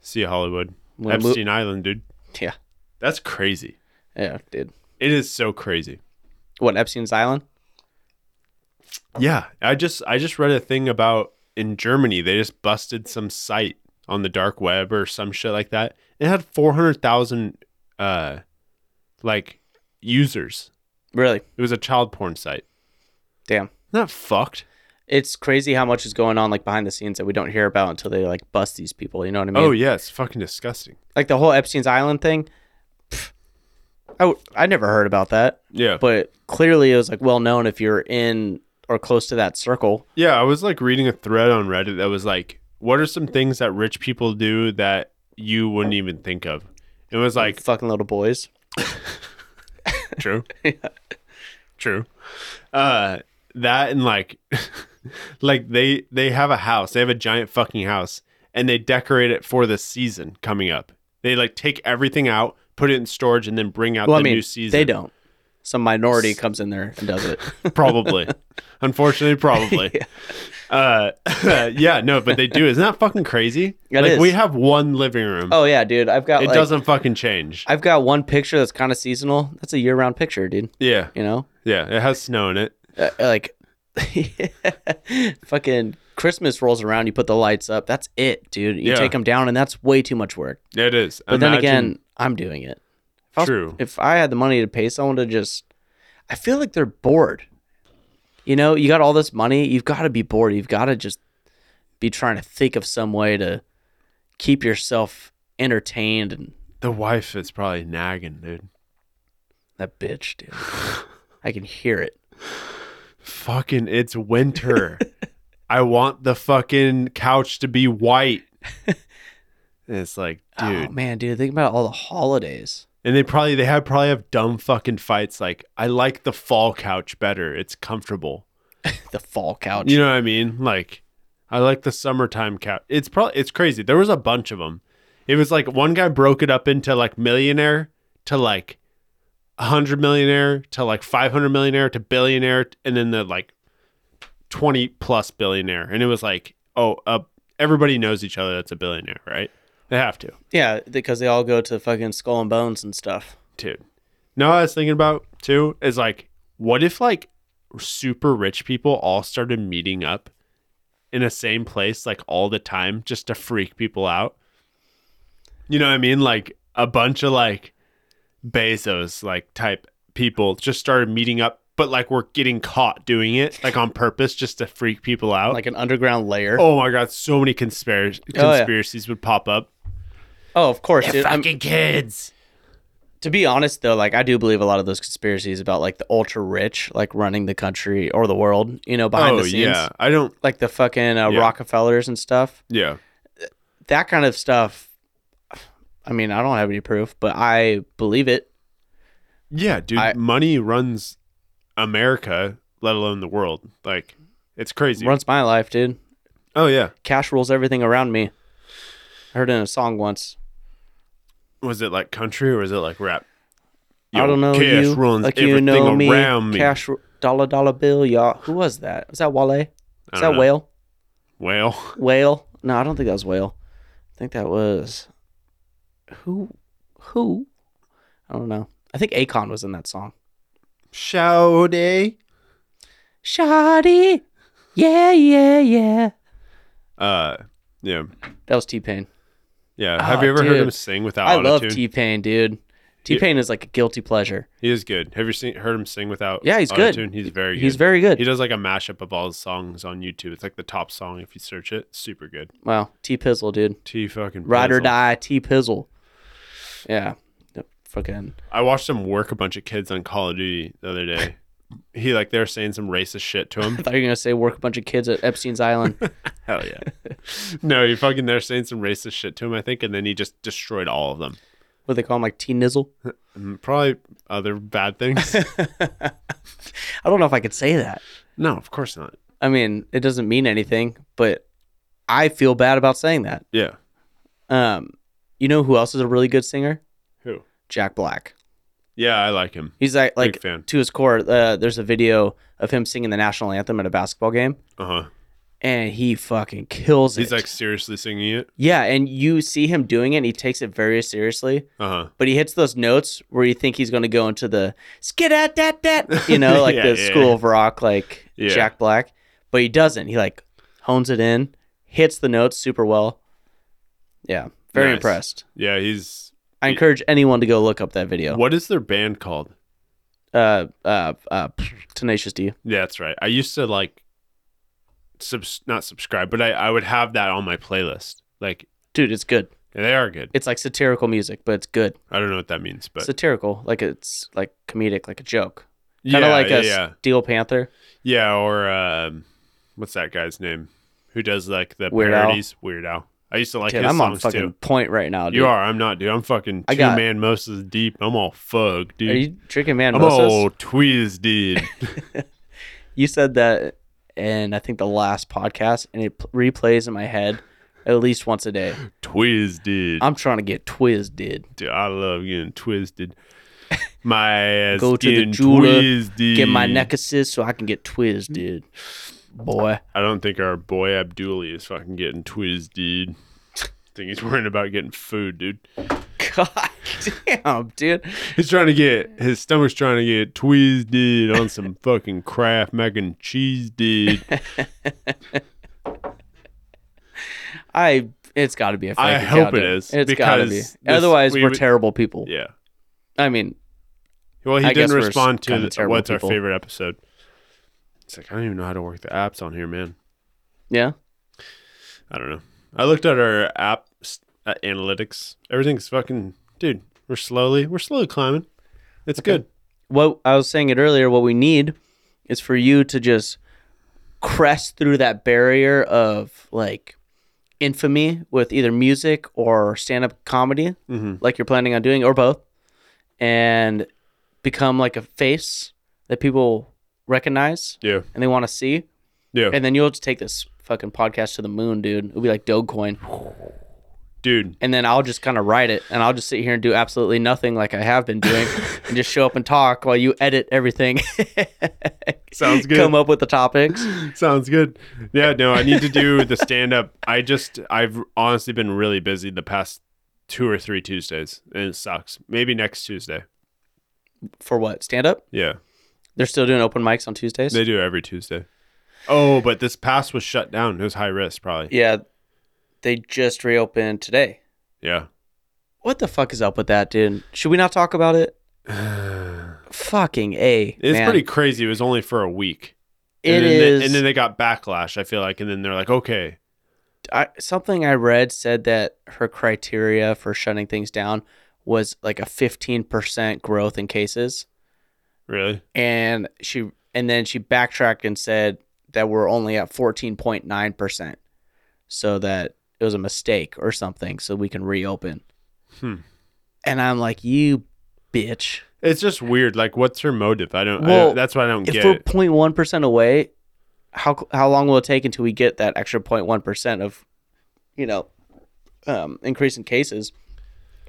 Speaker 2: See you, Hollywood.
Speaker 3: I'm gonna mo-
Speaker 2: Epstein Island, dude.
Speaker 3: yeah.
Speaker 2: That's crazy.
Speaker 3: Yeah, dude.
Speaker 2: It is so crazy.
Speaker 3: What, Epstein's Island?
Speaker 2: Yeah, I just I just read a thing about in Germany they just busted some site on the dark web or some shit like that. It had four hundred thousand uh, like users.
Speaker 3: Really?
Speaker 2: It was a child porn site.
Speaker 3: Damn.
Speaker 2: Isn't that fucked?
Speaker 3: It's crazy how much is going on like behind the scenes that we don't hear about until they like bust these people. You know what I mean?
Speaker 2: Oh yeah, it's fucking disgusting.
Speaker 3: Like the whole Epstein's Island thing. pff, I, w- I never heard about that.
Speaker 2: Yeah,
Speaker 3: but clearly it was like well known if you're in or close to that circle.
Speaker 2: yeah. I was like reading a thread on Reddit that was like, "What are some things that rich people do that you wouldn't even think of?" It was like
Speaker 3: Like fucking little boys.
Speaker 2: True. True. Uh that and like like they they have a house. They have a giant fucking house and they decorate it for the season coming up. They like take everything out, put it in storage and then bring out
Speaker 3: Well, I
Speaker 2: the
Speaker 3: mean,
Speaker 2: new season.
Speaker 3: they don't. Some minority comes in there and does it.
Speaker 2: probably. Unfortunately, probably. Uh yeah, no, but they do. Isn't that fucking crazy?
Speaker 3: It
Speaker 2: like
Speaker 3: is.
Speaker 2: we have one living room.
Speaker 3: oh yeah, dude. I've got
Speaker 2: it
Speaker 3: like,
Speaker 2: doesn't fucking change.
Speaker 3: I've got one picture that's kind of seasonal. That's a year-round picture, dude.
Speaker 2: yeah.
Speaker 3: You know,
Speaker 2: Yeah, it has snow in it.
Speaker 3: Uh, like fucking Christmas rolls around. You put the lights up. That's it, dude. You
Speaker 2: Yeah.
Speaker 3: take them down, and that's way too much work.
Speaker 2: It is.
Speaker 3: But then
Speaker 2: Imagine-
Speaker 3: again, I'm doing it. If I was-
Speaker 2: True.
Speaker 3: If I had the money to pay someone to just, I feel like they're bored. You know, you got all this money. You've got to be bored. You've got to just be trying to think of some way to keep yourself entertained. And
Speaker 2: the wife is probably nagging, dude.
Speaker 3: that bitch, dude, I can hear it.
Speaker 2: fucking it's winter. I want the fucking couch to be white. And it's like, dude.
Speaker 3: Oh man, dude, think about all the holidays.
Speaker 2: and they probably they have probably have dumb fucking fights like I like the fall couch better. It's comfortable.
Speaker 3: The fall couch.
Speaker 2: You know what I mean? Like I like the summertime couch. It's probably it's crazy. There was a bunch of them. It was like one guy broke it up into like millionaire to like 100 millionaire to like 500 millionaire to billionaire and then the like 20 plus billionaire and it was like oh uh, everybody knows each other that's a billionaire right they have to
Speaker 3: Yeah, because they all go to fucking Skull and Bones and stuff.
Speaker 2: dude no i was thinking about too is like what if like super rich people all started meeting up in the same place like all the time just to freak people out you know what i mean like a bunch of like bezos like type people just started meeting up but like we're getting caught doing it like on purpose just to freak people out
Speaker 3: Like an underground layer. Oh,
Speaker 2: oh my god so many conspiracy
Speaker 3: yeah.
Speaker 2: conspiracies would pop up
Speaker 3: Oh, of course, dude. I'm-
Speaker 2: fucking kids
Speaker 3: to be honest though like i do believe a lot of those conspiracies about like the ultra rich like running the country or the world you know behind
Speaker 2: oh
Speaker 3: the scenes
Speaker 2: yeah i don't
Speaker 3: like the fucking uh,
Speaker 2: Yeah.
Speaker 3: rockefellers and stuff
Speaker 2: yeah
Speaker 3: that kind of stuff I mean, I don't have any proof, but I believe it.
Speaker 2: Yeah, dude,
Speaker 3: I-
Speaker 2: money runs America, let alone the world. Like it's crazy.
Speaker 3: Runs my life, dude.
Speaker 2: oh yeah.
Speaker 3: Cash rules everything around me. I heard it in a song once.
Speaker 2: Was it like country or is it like rap?
Speaker 3: I
Speaker 2: Yo,
Speaker 3: don't know
Speaker 2: cash
Speaker 3: you
Speaker 2: runs
Speaker 3: like
Speaker 2: everything
Speaker 3: you know me.
Speaker 2: around me.
Speaker 3: Cash ru- dollar dollar bill, y'all. Who was that? Was that Wale? Is
Speaker 2: I
Speaker 3: that
Speaker 2: don't know.
Speaker 3: Whale?
Speaker 2: Well,
Speaker 3: Whale? No, I don't think that was Whale. I think that was who? Who? I don't know. I think Akon was in that song.
Speaker 2: shouty.
Speaker 3: Shoddy. Yeah, yeah, yeah.
Speaker 2: Uh, yeah,
Speaker 3: That was T Pain.
Speaker 2: yeah. Have
Speaker 3: Ah,
Speaker 2: you ever heard him
Speaker 3: dude.
Speaker 2: sing without
Speaker 3: I love
Speaker 2: autotune?
Speaker 3: T Pain, dude. T Pain is like a guilty pleasure.
Speaker 2: He is good. Have you seen heard him sing without?
Speaker 3: Yeah, he's good.
Speaker 2: autotune? He's very. Good.
Speaker 3: He's very
Speaker 2: He
Speaker 3: good.
Speaker 2: does like a mashup of all his songs on YouTube. It's like the top song if you search it. Super good.
Speaker 3: Wow, T Pizzle, dude.
Speaker 2: T fucking
Speaker 3: Ride or
Speaker 2: Pizzle.
Speaker 3: die, T Pizzle. Yeah, Yep, fucking.
Speaker 2: I watched him work a bunch of kids on Call of Duty the other day. he like they were saying some racist shit to
Speaker 3: I
Speaker 2: him.
Speaker 3: thought you were gonna say work a bunch of kids at Epstein's Island.
Speaker 2: Hell yeah. no, he fucking they're saying some racist shit to him, I think, and then he just destroyed all of them.
Speaker 3: What they call them, like T Nizzle.
Speaker 2: Mm, Probably other bad things.
Speaker 3: I don't know if I could say that.
Speaker 2: no, of course not.
Speaker 3: I mean, it doesn't mean anything, but I feel bad about saying that.
Speaker 2: Yeah.
Speaker 3: Um, you know who else is a really good singer?
Speaker 2: Who?
Speaker 3: Jack Black.
Speaker 2: Yeah, I like him.
Speaker 3: He's like
Speaker 2: Big
Speaker 3: like
Speaker 2: fan.
Speaker 3: to his core. Uh, there's a video of him singing the national anthem at a basketball game,
Speaker 2: Uh huh.
Speaker 3: and he fucking kills it.
Speaker 2: He's like seriously singing it.
Speaker 3: yeah, and you see him doing it. and He takes it very seriously,
Speaker 2: Uh huh.
Speaker 3: but he hits those notes where you think he's going to go into the skidat dat dat, you know, like
Speaker 2: Yeah,
Speaker 3: the
Speaker 2: yeah,
Speaker 3: School
Speaker 2: yeah.
Speaker 3: of Rock, like
Speaker 2: Yeah.
Speaker 3: Jack Black, but he doesn't. He like hones it in, hits the notes super well. Yeah, very
Speaker 2: Nice.
Speaker 3: impressed.
Speaker 2: Yeah, he's.
Speaker 3: I
Speaker 2: Yeah.
Speaker 3: encourage anyone to go look up that video.
Speaker 2: What is their band called?
Speaker 3: Uh, uh, uh, Tenacious D.
Speaker 2: Yeah, that's right. I used to like, subs- not subscribe, but I, I would have that on my playlist. Like,
Speaker 3: Dude, it's good.
Speaker 2: they are good.
Speaker 3: It's like satirical music, but it's good.
Speaker 2: I don't know what that means, but
Speaker 3: satirical, like it's like comedic, like a joke,
Speaker 2: yeah,
Speaker 3: kind of like
Speaker 2: yeah,
Speaker 3: a
Speaker 2: yeah,
Speaker 3: Steel Panther.
Speaker 2: yeah, or um, what's that guy's name? Who does like the
Speaker 3: Weird Al.
Speaker 2: parodies? Weird Al. I used to like
Speaker 3: dude,
Speaker 2: his
Speaker 3: I'm on
Speaker 2: songs
Speaker 3: fucking
Speaker 2: too.
Speaker 3: point right now. Dude.
Speaker 2: You are. I'm not, dude. I'm fucking
Speaker 3: I
Speaker 2: two
Speaker 3: got-
Speaker 2: man moses deep. I'm all fuck, dude.
Speaker 3: Are you drinking
Speaker 2: I'm
Speaker 3: manmosas?
Speaker 2: all tweez, dude.
Speaker 3: You said that, in I think the last podcast, and it pl- replays in my head at least once a day.
Speaker 2: tweez, dude.
Speaker 3: I'm trying to get twisted.
Speaker 2: Dude, I love getting twisted. My ass
Speaker 3: Go to the
Speaker 2: getting
Speaker 3: jeweler,
Speaker 2: twisted.
Speaker 3: Get my neck assist so I can get twisted. Boy,
Speaker 2: I don't think our boy Abduli is fucking getting twisted. I think he's worrying about getting food, dude.
Speaker 3: God damn, dude.
Speaker 2: He's trying to get his stomach's trying to get twisted on some fucking Kraft mac and cheese, dude.
Speaker 3: I it's got to be a fake
Speaker 2: I
Speaker 3: account,
Speaker 2: hope it
Speaker 3: dude.
Speaker 2: is,
Speaker 3: It's got to be.
Speaker 2: because this-
Speaker 3: Otherwise,
Speaker 2: we
Speaker 3: we, are
Speaker 2: would-
Speaker 3: terrible people.
Speaker 2: yeah.
Speaker 3: I mean,
Speaker 2: Well, he
Speaker 3: I guess
Speaker 2: didn't
Speaker 3: we're
Speaker 2: respond to
Speaker 3: kinda
Speaker 2: the-
Speaker 3: terrible
Speaker 2: what's
Speaker 3: people.
Speaker 2: our favorite episode. It's like I don't even know how to work the apps on here, man.
Speaker 3: yeah.
Speaker 2: I don't know. I looked at our app s- uh, analytics. Everything's fucking dude. We're slowly, we're slowly climbing. It's good.
Speaker 3: what I was saying it earlier, what we need is for you to just crest through that barrier of like infamy with either music or stand up comedy, like you're planning on doing, or both, and become like a face that people recognize
Speaker 2: Yeah,
Speaker 3: and they want to see.
Speaker 2: yeah,
Speaker 3: And then you'll just take this fucking podcast to the moon, dude. It'll be like Dogecoin.
Speaker 2: dude.
Speaker 3: And then I'll just kind of write it and I'll just sit here and do absolutely nothing like I have been doing and just show up and talk while you edit everything.
Speaker 2: Sounds good.
Speaker 3: come up with the topics.
Speaker 2: Sounds good. Yeah, no, I need to do the stand up. I just, I've honestly been really busy the past two or three Tuesdays, and it sucks. Maybe next Tuesday.
Speaker 3: For what? Stand up?
Speaker 2: Yeah,
Speaker 3: They're still doing open mics on Tuesdays?
Speaker 2: they do every Tuesday. Oh, but this pass was shut down. It was high risk, probably.
Speaker 3: yeah. They just reopened today.
Speaker 2: Yeah.
Speaker 3: What the fuck is up with that, dude? Should we not talk about it? Fucking A.
Speaker 2: It's
Speaker 3: man.
Speaker 2: pretty crazy. It was only for a week.
Speaker 3: It
Speaker 2: and then
Speaker 3: is.
Speaker 2: They, and then they got backlash, I feel like. And then they're like, okay.
Speaker 3: I, something I read said that her criteria for shutting things down was like a 15% growth in cases.
Speaker 2: Really?
Speaker 3: And she and then she backtracked and said that we're only at 14.9%. So that it was a mistake or something so we can reopen.
Speaker 2: Hmm.
Speaker 3: And I'm like, you bitch.
Speaker 2: It's just weird. Like, what's her motive? I don't. I
Speaker 3: Well,
Speaker 2: don't that's what I don't
Speaker 3: If
Speaker 2: get.
Speaker 3: we're
Speaker 2: It.
Speaker 3: 0.1% away, how how long will it take until we get that extra 0.1% of, you know, um, increase in cases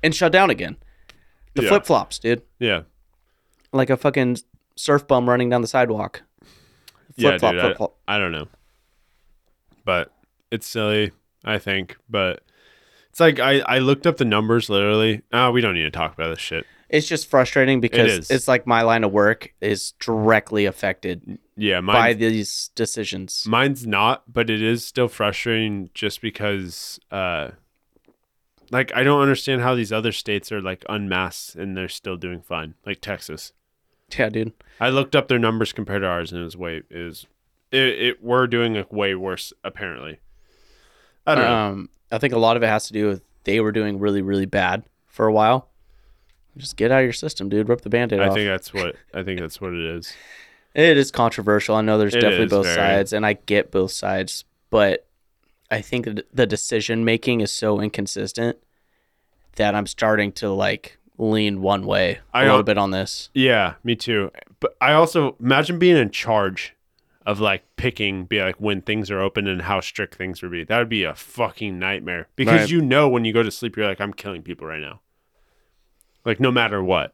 Speaker 3: and shut down again? The
Speaker 2: Yeah.
Speaker 3: flip flops, dude.
Speaker 2: Yeah,
Speaker 3: Like a fucking surf bum running down the sidewalk.
Speaker 2: yeah,
Speaker 3: Flip flop,
Speaker 2: dude.
Speaker 3: flip
Speaker 2: I-
Speaker 3: flop.
Speaker 2: I, don't know, but it's silly. I think, but it's like I I looked up the numbers literally. Ah, we don't need to talk about this shit.
Speaker 3: It's just frustrating because
Speaker 2: is.
Speaker 3: it's like my line of work is directly affected
Speaker 2: Yeah, mine
Speaker 3: by these decisions.
Speaker 2: Mine's not, but it is still frustrating just because uh like I don't understand how these other states are like unmasked and they're still doing fine. Like Texas.
Speaker 3: yeah, dude.
Speaker 2: I looked up their numbers compared to ours and it was way it was it, it we're doing like way worse apparently. I don't know.
Speaker 3: Um, I think a lot of it has to do with they were doing really, really bad for a while. Just get out of your system, dude. Rip the band-aid
Speaker 2: I
Speaker 3: off.
Speaker 2: think that's what I think that's what it is.
Speaker 3: it is controversial. I know there's
Speaker 2: It
Speaker 3: definitely
Speaker 2: is
Speaker 3: both
Speaker 2: very.
Speaker 3: sides, and I get both sides, but I think that the decision making is so inconsistent that I'm starting to like lean one way a
Speaker 2: I
Speaker 3: little
Speaker 2: don't-
Speaker 3: bit on this.
Speaker 2: Yeah, me too. But I also imagine being in charge of like picking, be like when things are open and how strict things would be. That would be a fucking nightmare because
Speaker 3: Right.
Speaker 2: you know when you go to sleep, you're like, I'm killing people right now. Like no matter what,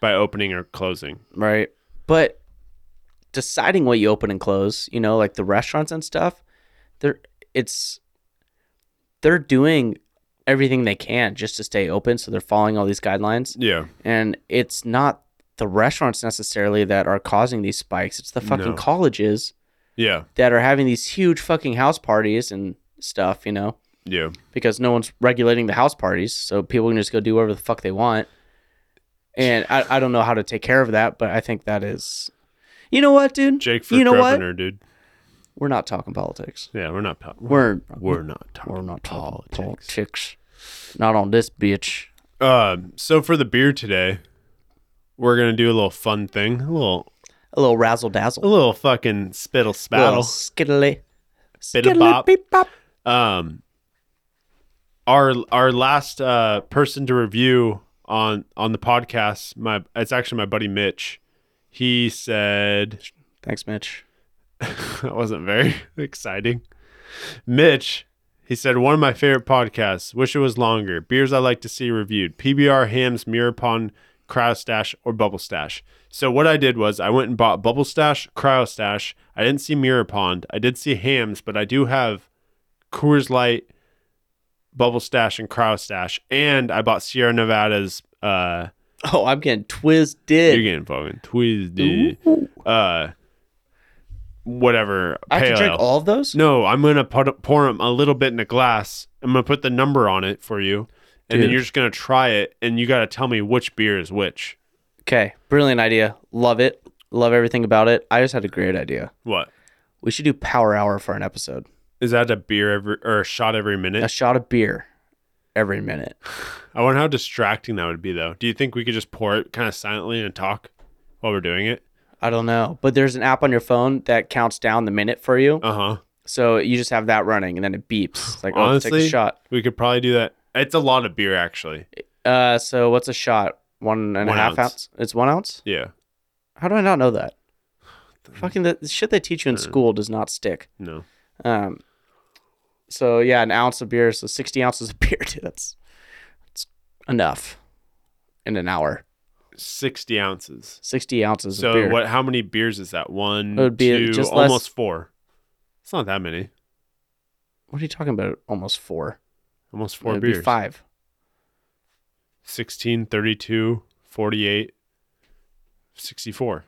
Speaker 2: by opening or closing.
Speaker 3: Right. But deciding what you open and close, you know, like the restaurants and stuff, they're it's they're doing everything they can just to stay open, so they're following all these guidelines.
Speaker 2: Yeah,
Speaker 3: And it's not the restaurants necessarily that are causing these spikes. It's the fucking
Speaker 2: No.
Speaker 3: colleges
Speaker 2: yeah,
Speaker 3: that are having these huge fucking house parties and stuff, you know,
Speaker 2: yeah.
Speaker 3: because no one's regulating the house parties, so people can just go do whatever the fuck they want. And I, I don't know how to take care of that, but I think that is, you know what, dude?
Speaker 2: Jake for
Speaker 3: you know
Speaker 2: governor, dude.
Speaker 3: what? We're not talking politics.
Speaker 2: Yeah, we're not. pal- We're
Speaker 3: We're
Speaker 2: we're not talking.
Speaker 3: we're not talking politics. Not on this bitch.
Speaker 2: Um, so for the beer today, we're gonna do a little fun thing, a little,
Speaker 3: A little razzle
Speaker 2: a
Speaker 3: dazzle.
Speaker 2: little fucking spittle spattle.
Speaker 3: Little skiddly.
Speaker 2: Bit of bop.
Speaker 3: beep bop.
Speaker 2: um our our last uh person to review on on the podcast my it's actually my buddy mitch he said
Speaker 3: Thanks, Mitch.
Speaker 2: that wasn't very exciting mitch he said one of my favorite podcasts wish it was longer beers i like to see reviewed pbr hams mirapon cryo stash or bubble stash so what i did was i went and bought bubble stash cryo stash i didn't see mirapon i did see hams but i do have Coors Light, Bubble Stash, and Cryo Stash, and I bought Sierra Nevada's. Uh,
Speaker 3: Oh, I'm getting
Speaker 2: you're
Speaker 3: twisted.
Speaker 2: getting fucking twisted.
Speaker 3: Ooh.
Speaker 2: Uh, whatever.
Speaker 3: I have to
Speaker 2: pale
Speaker 3: drink
Speaker 2: ale.
Speaker 3: all of those?
Speaker 2: No, I'm gonna put, pour them a little bit in a glass. I'm gonna put the number on it for you, and then
Speaker 3: Dude.
Speaker 2: you're just gonna try it, and you gotta tell me which beer is which.
Speaker 3: Okay, brilliant idea. Love it. Love everything about it. I just had a great idea.
Speaker 2: What
Speaker 3: We should do power hour for an episode.
Speaker 2: is that? A beer every or a shot every minute?
Speaker 3: A shot of beer every minute.
Speaker 2: I wonder how distracting that would be, though. Do you think we could just pour it kind of silently and talk while we're doing it?
Speaker 3: I don't know, but there's an app on your phone that counts down the minute for you.
Speaker 2: Uh huh.
Speaker 3: So you just have that running, and then it beeps. It's like, oh, take a
Speaker 2: Honestly-
Speaker 3: shot.
Speaker 2: We could probably do that. It's a lot of beer, actually.
Speaker 3: Uh, so what's a shot? One and a
Speaker 2: One ounce.
Speaker 3: half ounce. It's one ounce.
Speaker 2: Yeah.
Speaker 3: How do I not know that? Fucking the, the shit they teach you in school does not stick.
Speaker 2: No.
Speaker 3: Um, so yeah, an ounce of beer, so sixty ounces of beer. Dude, that's that's enough in an hour.
Speaker 2: 60 ounces.
Speaker 3: Sixty ounces of
Speaker 2: So
Speaker 3: beer.
Speaker 2: what? How many beers is that? One,
Speaker 3: It would be
Speaker 2: two,
Speaker 3: just less-
Speaker 2: almost four. It's not that many.
Speaker 3: What are you talking about? Almost four.
Speaker 2: Almost 4
Speaker 3: It'd
Speaker 2: beers.
Speaker 3: Be five.
Speaker 2: 16, 32, 48, 64.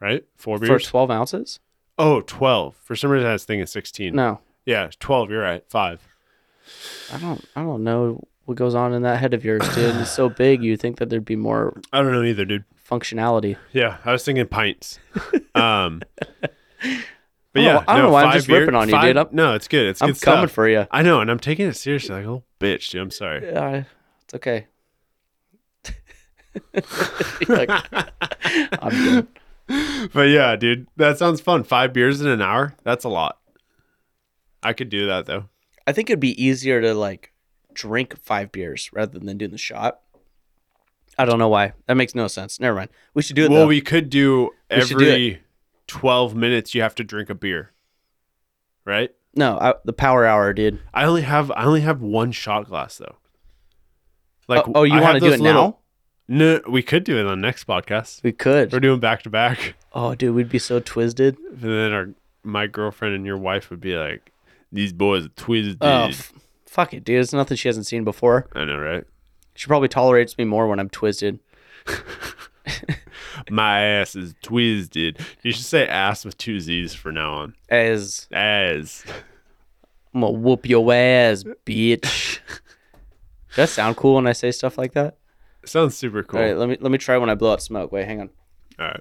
Speaker 2: Right? Four
Speaker 3: For
Speaker 2: beers?
Speaker 3: twelve ounces?
Speaker 2: oh, 12. For some reason, I was thinking 16.
Speaker 3: No,
Speaker 2: Yeah, 12. You're right. Five.
Speaker 3: I don't. I don't know what goes on in that head of yours, dude. It's so big. You think that there'd be more
Speaker 2: I don't know either, dude.
Speaker 3: functionality?
Speaker 2: Yeah, I was thinking pints. um,
Speaker 3: I
Speaker 2: but
Speaker 3: don't
Speaker 2: yeah,
Speaker 3: know- I don't
Speaker 2: no,
Speaker 3: know why I'm
Speaker 2: five
Speaker 3: just
Speaker 2: beer-
Speaker 3: ripping on you,
Speaker 2: five-
Speaker 3: dude. I'm-
Speaker 2: no, it's good. It's
Speaker 3: I'm
Speaker 2: good stuff.
Speaker 3: coming for you.
Speaker 2: I know, and I'm taking it seriously, like a little bitch, dude. I'm sorry.
Speaker 3: Uh, it's okay. You're like, I'm good.
Speaker 2: But yeah, dude, that sounds fun. Five beers in an hour? That's a lot. I could do that though.
Speaker 3: I think it'd be easier to like drink five beers rather than doing the shot. I don't know why. That makes no sense. Never mind. We should do it.
Speaker 2: well,
Speaker 3: though.
Speaker 2: we could do
Speaker 3: We should do
Speaker 2: every 12 minutes you have to drink a beer. Right?
Speaker 3: no, I, the power hour, dude.
Speaker 2: I only have I only have one shot glass though. Like
Speaker 3: oh, oh, you
Speaker 2: I
Speaker 3: want to
Speaker 2: have
Speaker 3: do
Speaker 2: those
Speaker 3: it
Speaker 2: little-
Speaker 3: now?
Speaker 2: No, we could do it on the next podcast.
Speaker 3: We could.
Speaker 2: We're doing back to back.
Speaker 3: Oh, dude, we'd be so twisted.
Speaker 2: And then our my girlfriend and your wife would be like, These boys are twisted.
Speaker 3: Oh, f- fuck it, dude. It's nothing she hasn't seen before.
Speaker 2: I know, right?
Speaker 3: She probably tolerates me more when I'm twisted.
Speaker 2: My ass is twisted. You should say ass with two Z's for now on.
Speaker 3: As
Speaker 2: As.
Speaker 3: I'm gonna whoop your ass, bitch. Does that sound cool when I say stuff like that?
Speaker 2: Sounds super cool.
Speaker 3: All right, let me let me try when I blow out smoke. Wait, hang on.
Speaker 2: All right.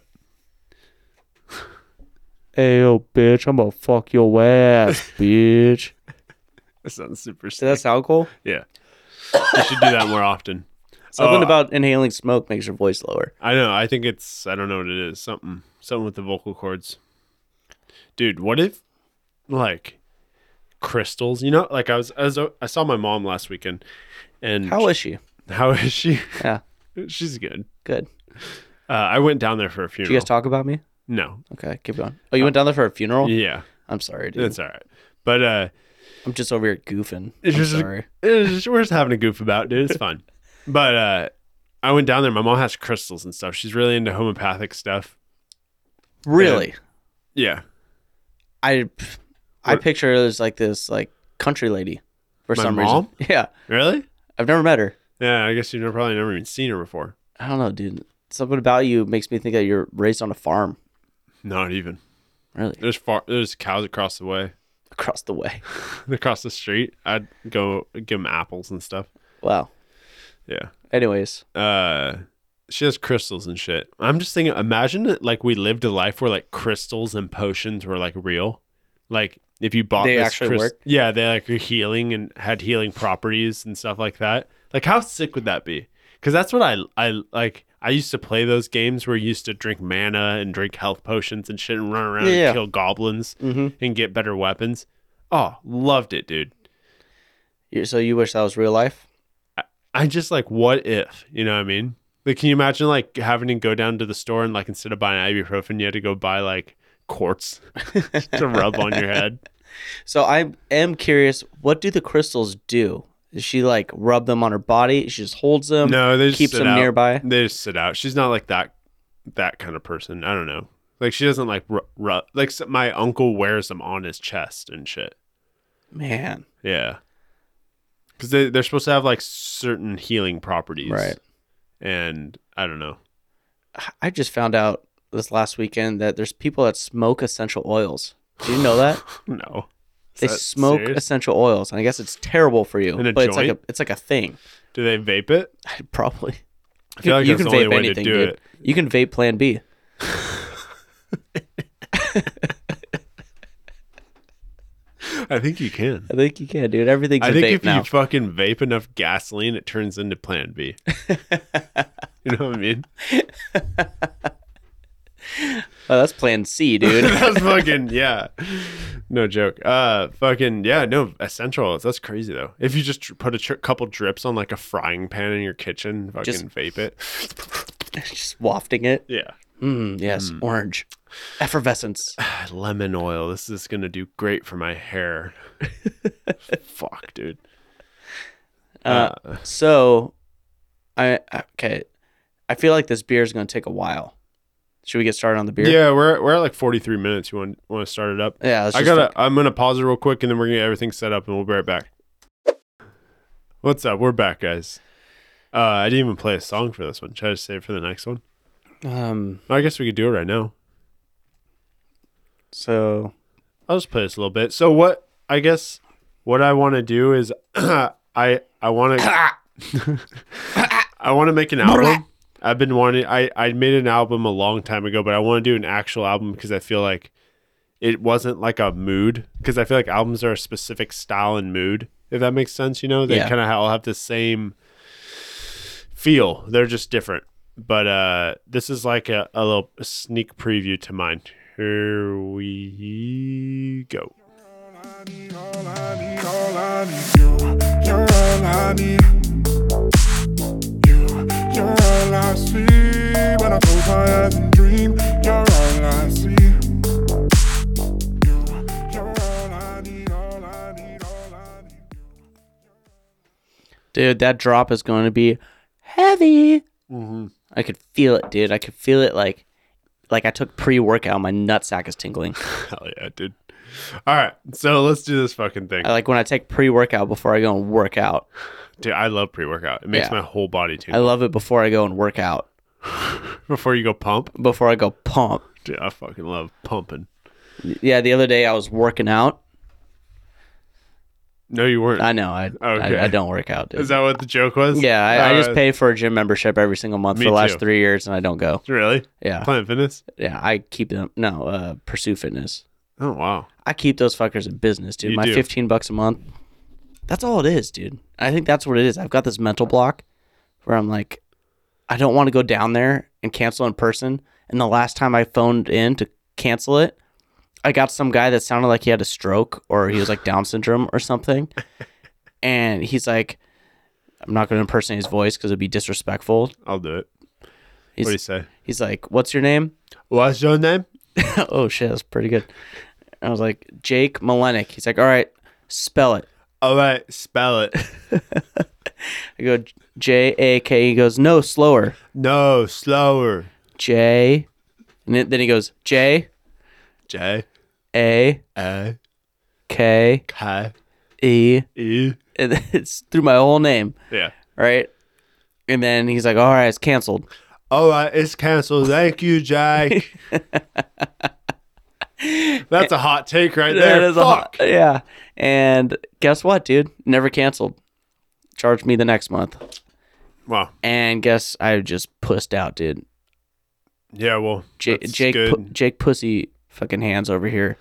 Speaker 3: Hey, yo, bitch, I'm gonna fuck your ass, bitch.
Speaker 2: That sounds super
Speaker 3: Does that
Speaker 2: sick.
Speaker 3: sound cool?
Speaker 2: Yeah. You should do that more often.
Speaker 3: Something
Speaker 2: Oh,
Speaker 3: about inhaling smoke makes your voice lower.
Speaker 2: I know. I think it's I don't know what it is. Something something with the vocal cords. Dude, what if like crystals, you know? Like I was I, was, I saw my mom last weekend and
Speaker 3: How is she?
Speaker 2: how is she?
Speaker 3: Yeah,
Speaker 2: She's good.
Speaker 3: good.
Speaker 2: Uh, I went down there for a
Speaker 3: Did
Speaker 2: funeral.
Speaker 3: you guys talk about me?
Speaker 2: no.
Speaker 3: Okay, keep going. Oh, you went down there for a funeral?
Speaker 2: Yeah.
Speaker 3: I'm sorry, dude.
Speaker 2: That's all right. But uh
Speaker 3: I'm just over here goofing.
Speaker 2: It's
Speaker 3: I'm
Speaker 2: just-
Speaker 3: sorry.
Speaker 2: it's just- we're just having a goof about, dude. It's fun. But uh I went down there. My mom has crystals and stuff. She's really into homeopathic stuff.
Speaker 3: Really?
Speaker 2: Yeah.
Speaker 3: I I
Speaker 2: What-
Speaker 3: picture her as like this like country lady for
Speaker 2: My
Speaker 3: some
Speaker 2: mom?
Speaker 3: reason. Yeah,
Speaker 2: Really?
Speaker 3: I've never met her.
Speaker 2: Yeah, I guess you've never- probably never even seen her before.
Speaker 3: I don't know, dude. Something about you makes me think that you're raised on a farm.
Speaker 2: Not even.
Speaker 3: Really,
Speaker 2: There's far. There's cows across the way,
Speaker 3: across the way.
Speaker 2: across the street. I'd go give them apples and stuff.
Speaker 3: Wow.
Speaker 2: Yeah.
Speaker 3: Anyways,
Speaker 2: Uh, she has crystals and shit. I'm just thinking. Imagine that, like we lived a life where like crystals and potions were like real. Like if you bought,
Speaker 3: They
Speaker 2: this
Speaker 3: actually
Speaker 2: crys-
Speaker 3: work?
Speaker 2: Yeah, they like were healing and had healing properties and stuff like that. Like how sick would that be? Because that's what I I like. I used to play those games where you used to drink mana and drink health potions and shit and run around
Speaker 3: Yeah.
Speaker 2: and kill goblins
Speaker 3: Mhm.
Speaker 2: and get better weapons. Oh, loved it, dude.
Speaker 3: you so you wish that was real life?
Speaker 2: I just like what if, you know what I mean? Like can you imagine like having to go down to the store and like instead of buying ibuprofen you had to go buy like quartz to rub on your head?
Speaker 3: So I am curious. What do the crystals do? Does she like rub them on her body? She just holds them.
Speaker 2: No, they just
Speaker 3: keeps
Speaker 2: sit
Speaker 3: them
Speaker 2: out.
Speaker 3: Um, nearby.
Speaker 2: They just sit out. She's not like that that kind of person. I don't know. Like she doesn't like ru- ru- like s- my uncle wears them on his chest and shit.
Speaker 3: Man,
Speaker 2: Yeah. Cuz they they're supposed to have like certain healing properties.
Speaker 3: Right.
Speaker 2: And I don't know.
Speaker 3: I just found out this last weekend that there's people that smoke essential oils. Do you know that?
Speaker 2: No. Is
Speaker 3: they
Speaker 2: that
Speaker 3: smoke
Speaker 2: serious?
Speaker 3: essential oils, and I guess it's terrible for you.
Speaker 2: In a
Speaker 3: but it's like a
Speaker 2: joint?
Speaker 3: it's like a thing,
Speaker 2: Do they vape it?
Speaker 3: probably.
Speaker 2: I feel like
Speaker 3: you
Speaker 2: that's
Speaker 3: can
Speaker 2: the only
Speaker 3: vape
Speaker 2: way to
Speaker 3: anything,
Speaker 2: do
Speaker 3: dude.
Speaker 2: it.
Speaker 3: You can vape Plan B.
Speaker 2: I think you can.
Speaker 3: I think you can, dude. Everything's
Speaker 2: I
Speaker 3: a
Speaker 2: think
Speaker 3: vape
Speaker 2: if
Speaker 3: now.
Speaker 2: you fucking vape enough gasoline, it turns into Plan B. you know what I mean?
Speaker 3: Oh, that's Plan C, dude.
Speaker 2: That's fucking yeah. No joke. Uh, fucking yeah. No essential. oils. That's crazy though. If you just tr- put a tr- couple drips on like a frying pan in your kitchen, fucking
Speaker 3: Just-
Speaker 2: vape it.
Speaker 3: just wafting it.
Speaker 2: Yeah.
Speaker 3: Mm, yes, orange, effervescence.
Speaker 2: Lemon oil. This is gonna do great for my hair. Fuck, dude.
Speaker 3: Uh, so, I I- okay. I feel like this beer is going to take a while. Should we get started on the beer?
Speaker 2: Yeah, we're we're at like forty three minutes. You want want to start it up?
Speaker 3: Yeah, let's
Speaker 2: I
Speaker 3: just
Speaker 2: gotta. I'm gonna pause it real quick, and then we're gonna get everything set up, and we'll be right back. What's up? We're back, guys. Uh, I didn't even play a song for this one. Should I just save it for the next one?
Speaker 3: Um.
Speaker 2: I guess we could do it right now.
Speaker 3: So
Speaker 2: I'll just play this a little bit. So what? I guess what I want to do is I I want to I want to make an album. I've been wanting. I I made an album a long time ago, but I want to do an actual album because I feel like it wasn't like a mood. Because I feel like albums are a specific style and mood. If that makes sense, you know, they
Speaker 3: Yeah.
Speaker 2: kind of all have the same feel. They're just different. But uh, this is like a, a little sneak preview to mine. Here we go.
Speaker 4: I need, all I need, all I need. You, you're all I need. You, you're all I see. When I close my eyes and dream, you're all I see. You, you're all I need, all I need, all I need.
Speaker 3: Dude, that drop is going to be heavy.
Speaker 2: Mm-hmm.
Speaker 3: I could feel it, dude. I could feel it like like I took pre-workout. My nutsack is tingling.
Speaker 2: Hell yeah, dude. All right, so let's do this fucking thing.
Speaker 3: I like when I take pre-workout before I go and work out.
Speaker 2: Dude, I love pre workout. It makes
Speaker 3: Yeah.
Speaker 2: my whole body
Speaker 3: I
Speaker 2: tingle.
Speaker 3: love it before I go and work out.
Speaker 2: Before you go pump,
Speaker 3: Before I go pump.
Speaker 2: dude, I fucking love pumping.
Speaker 3: Yeah, the other day I was working out.
Speaker 2: No, you weren't.
Speaker 3: I know. I
Speaker 2: Okay.
Speaker 3: I, I don't work out, dude.
Speaker 2: Is that what the joke was?
Speaker 3: yeah, I, I just
Speaker 2: Uh,
Speaker 3: pay for a gym membership every single month
Speaker 2: me
Speaker 3: for the last
Speaker 2: too.
Speaker 3: three years, and I don't go.
Speaker 2: Really?
Speaker 3: Yeah,
Speaker 2: Planet Fitness?
Speaker 3: yeah. I keep them. No, uh, Pursue Fitness.
Speaker 2: Oh, wow.
Speaker 3: I keep those fuckers in business, dude.
Speaker 2: You
Speaker 3: My
Speaker 2: do.
Speaker 3: fifteen bucks a month. That's all it is, dude. I think that's what it is. I've got this mental block where I'm like, I don't want to go down there and cancel in person. And the last time I phoned in to cancel it, I got some guy that sounded like he had a stroke or he was like Down syndrome or something. And he's like, I'm not going to impersonate his voice because it'd be disrespectful.
Speaker 2: I'll do it.
Speaker 3: He's,
Speaker 2: what do you say?
Speaker 3: he's like, What's your name?
Speaker 2: What's your name?
Speaker 3: oh, shit, that's pretty good. I was like, Jake Malenik. He's like, All right, spell it.
Speaker 2: All right, spell it.
Speaker 3: I go J A K. He goes no slower.
Speaker 2: No, slower.
Speaker 3: J, and then- then he goes J
Speaker 2: J
Speaker 3: A
Speaker 2: A
Speaker 3: K
Speaker 2: K
Speaker 3: E.
Speaker 2: E.
Speaker 3: And then It's through my whole name,
Speaker 2: Yeah.
Speaker 3: right? And then he's like, "All right, it's canceled."
Speaker 2: All right, it's canceled. Thank you, Jake. That's a hot take right there.
Speaker 3: That is a-
Speaker 2: Fuck.
Speaker 3: yeah. And guess what, dude? Never canceled. Charged me the next month.
Speaker 2: wow.
Speaker 3: And guess I just pussed out, dude.
Speaker 2: Yeah. Well,
Speaker 3: J-
Speaker 2: that's
Speaker 3: Jake,
Speaker 2: good.
Speaker 3: pu- Jake, pussy, fucking hands over here.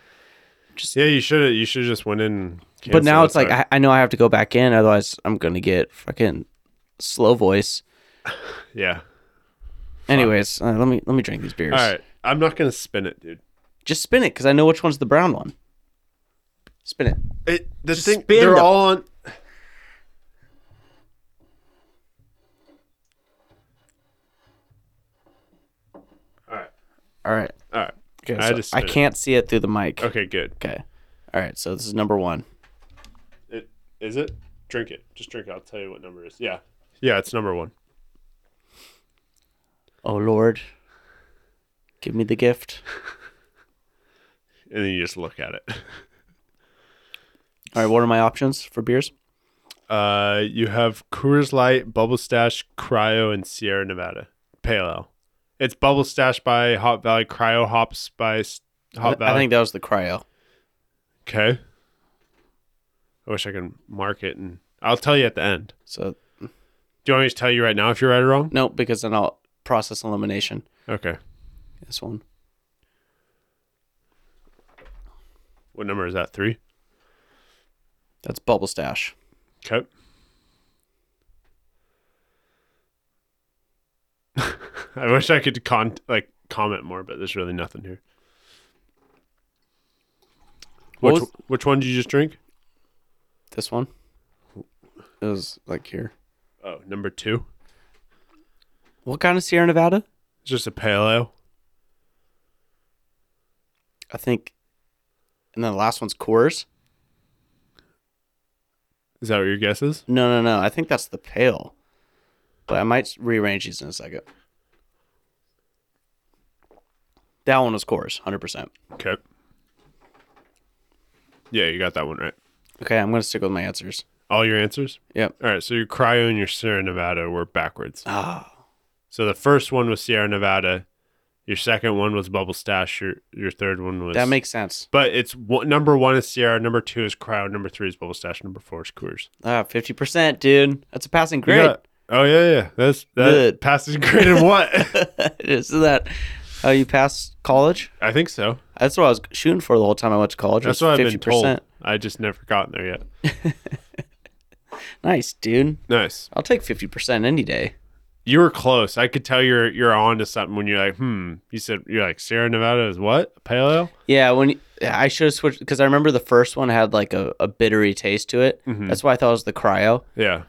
Speaker 2: yeah, you should have. You should have just went in. and
Speaker 3: But
Speaker 2: canceled
Speaker 3: now
Speaker 2: it,
Speaker 3: it's like
Speaker 2: sorry.
Speaker 3: I, I know I have to go back in, otherwise I'm gonna get fucking slow voice.
Speaker 2: yeah.
Speaker 3: Anyways, uh, let me let me drink these beers.
Speaker 2: All right. I'm not gonna spin it, dude.
Speaker 3: just spin it because I know which one's the brown one. Spin it.
Speaker 2: It, the thing,
Speaker 3: spin
Speaker 2: they're
Speaker 3: the-
Speaker 2: all on.
Speaker 3: All right.
Speaker 2: All right.
Speaker 3: Okay.
Speaker 2: I
Speaker 3: so
Speaker 2: just
Speaker 3: I
Speaker 2: spin it.
Speaker 3: can't see it through the mic.
Speaker 2: Okay. Good.
Speaker 3: Okay. All right. So this is number one.
Speaker 2: It is it? Drink it. Just drink it. I'll tell you what number it is. Yeah. Yeah, it's number one.
Speaker 3: Oh Lord, give me the gift.
Speaker 2: And then you just look at it.
Speaker 3: All right. What are my options for beers?
Speaker 2: Uh you have Coors Light, Bubble Stash, Cryo, and Sierra Nevada. Pale Ale. It's Bubble Stash by Hot Valley, Cryo Hops by S- Hot Valley.
Speaker 3: I think that was the cryo.
Speaker 2: Okay. I wish I could mark it and I'll tell you at the end.
Speaker 3: So
Speaker 2: Do you want me to tell you right now if you're right or wrong?
Speaker 3: no, because then I'll process elimination.
Speaker 2: Okay.
Speaker 3: This one.
Speaker 2: What number is that? Three?
Speaker 3: That's bubble stash.
Speaker 2: Okay. I wish I could con like comment more, but there's really nothing here.
Speaker 3: What
Speaker 2: Which
Speaker 3: was-
Speaker 2: which one did you just drink?
Speaker 3: This one. It was like here.
Speaker 2: Oh, number two.
Speaker 3: What kind of Sierra Nevada?
Speaker 2: It's just a pale ale.
Speaker 3: I think. And then the last one's Coors.
Speaker 2: Is that what your guess is?
Speaker 3: No, no, no. I think that's the pale. But I might rearrange these in a second. That one was Coors, 100%.
Speaker 2: Okay. Yeah, you got that one right.
Speaker 3: Okay, I'm going to stick with my answers.
Speaker 2: All your answers.
Speaker 3: Yep.
Speaker 2: All right, so your cryo and your Sierra Nevada were backwards.
Speaker 3: Ah,
Speaker 2: So the first one was Sierra Nevada. Your second one was Bubble Stash. Your your third one was
Speaker 3: that makes sense.
Speaker 2: But it's one, number one is Sierra, number two is Cryo, number three is Bubble Stash, number four is Coors.
Speaker 3: Ah, 50%, dude. That's a passing
Speaker 2: You
Speaker 3: grade.
Speaker 2: got- oh yeah, yeah. That's that
Speaker 3: Good.
Speaker 2: passes grade in what?
Speaker 3: Isn't that how you pass college?
Speaker 2: I think so.
Speaker 3: That's what I was shooting for the whole time I went to college.
Speaker 2: That's
Speaker 3: was
Speaker 2: what I've been told. I just never gotten there yet.
Speaker 3: Nice, dude.
Speaker 2: Nice.
Speaker 3: I'll take 50% any day.
Speaker 2: You were close. I could tell you're you're on to something when you're like, hmm. You said you're like Sierra Nevada is what? Paleo?
Speaker 3: Yeah, when Yeah, I should have switched because I remember the first one had like a, a bittery taste to it.
Speaker 2: Mm-hmm.
Speaker 3: That's why I thought it was the cryo.
Speaker 2: Yeah.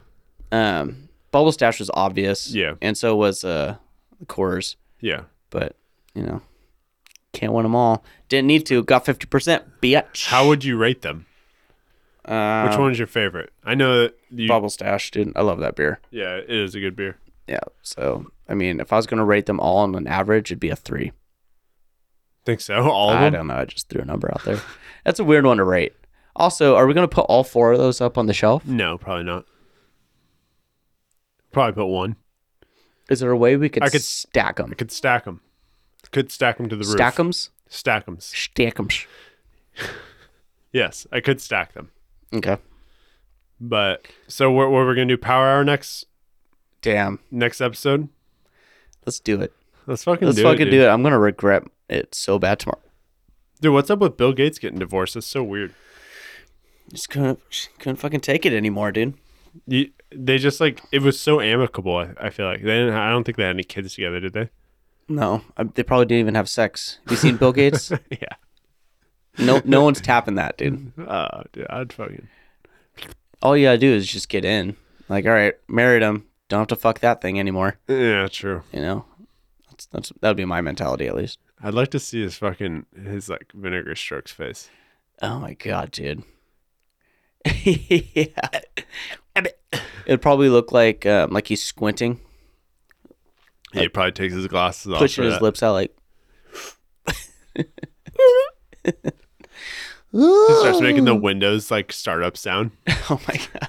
Speaker 3: Um, Bubble Stash was obvious.
Speaker 2: Yeah.
Speaker 3: And so was uh, the Coors.
Speaker 2: Yeah.
Speaker 3: But, you know, can't win them all. Didn't need to. Got 50%. Bitch.
Speaker 2: How would you rate them?
Speaker 3: Uh,
Speaker 2: Which one's your favorite? I know that you.
Speaker 3: Bubble Stash, dude. I love that beer.
Speaker 2: Yeah, it is a good beer.
Speaker 3: Yeah. So, I mean, if I was going to rate them all on an average, it'd be a three.
Speaker 2: Think so? All of
Speaker 3: I
Speaker 2: them?
Speaker 3: don't know. I just threw a number out there. That's a weird one to rate. Also, are we going to put all four of those up on the shelf?
Speaker 2: No, probably not. Probably put one.
Speaker 3: Is there a way we could,
Speaker 2: I could-
Speaker 3: stack them?
Speaker 2: I could stack them. Could stack them to the roof.
Speaker 3: Stack them? Stack
Speaker 2: Stack them.
Speaker 3: 'em.
Speaker 2: Yes, I could stack them.
Speaker 3: Okay.
Speaker 2: But so what, what we're gonna do? Power hour next
Speaker 3: Damn.
Speaker 2: next episode.
Speaker 3: Let's do it.
Speaker 2: Let's fucking
Speaker 3: Let's
Speaker 2: do
Speaker 3: fucking
Speaker 2: it,
Speaker 3: do it. I'm gonna regret it so bad tomorrow.
Speaker 2: Dude, what's up with Bill Gates getting divorced? That's so weird.
Speaker 3: Just couldn't just couldn't fucking take it anymore, dude.
Speaker 2: You, they just like it was so amicable. I, I feel like they didn't, I don't think they had any kids together, did they?
Speaker 3: No, I, they probably didn't even have sex. You seen Bill Gates?
Speaker 2: yeah.
Speaker 3: No, no one's tapping that, dude.
Speaker 2: Uh, dude, I'd fucking.
Speaker 3: All you gotta do is just get in. Like, all right, married him. Don't have to fuck that thing anymore.
Speaker 2: Yeah, true.
Speaker 3: You know, that's, that's that'd be my mentality at least.
Speaker 2: I'd like to see his fucking his like vinegar strokes face.
Speaker 3: Oh my god, dude. yeah. It'd probably look like um, like he's squinting,
Speaker 2: He probably takes his glasses off.
Speaker 3: pushing
Speaker 2: for
Speaker 3: his
Speaker 2: that.
Speaker 3: lips out like
Speaker 2: He starts making the Windows like startup sound.
Speaker 3: Oh my god.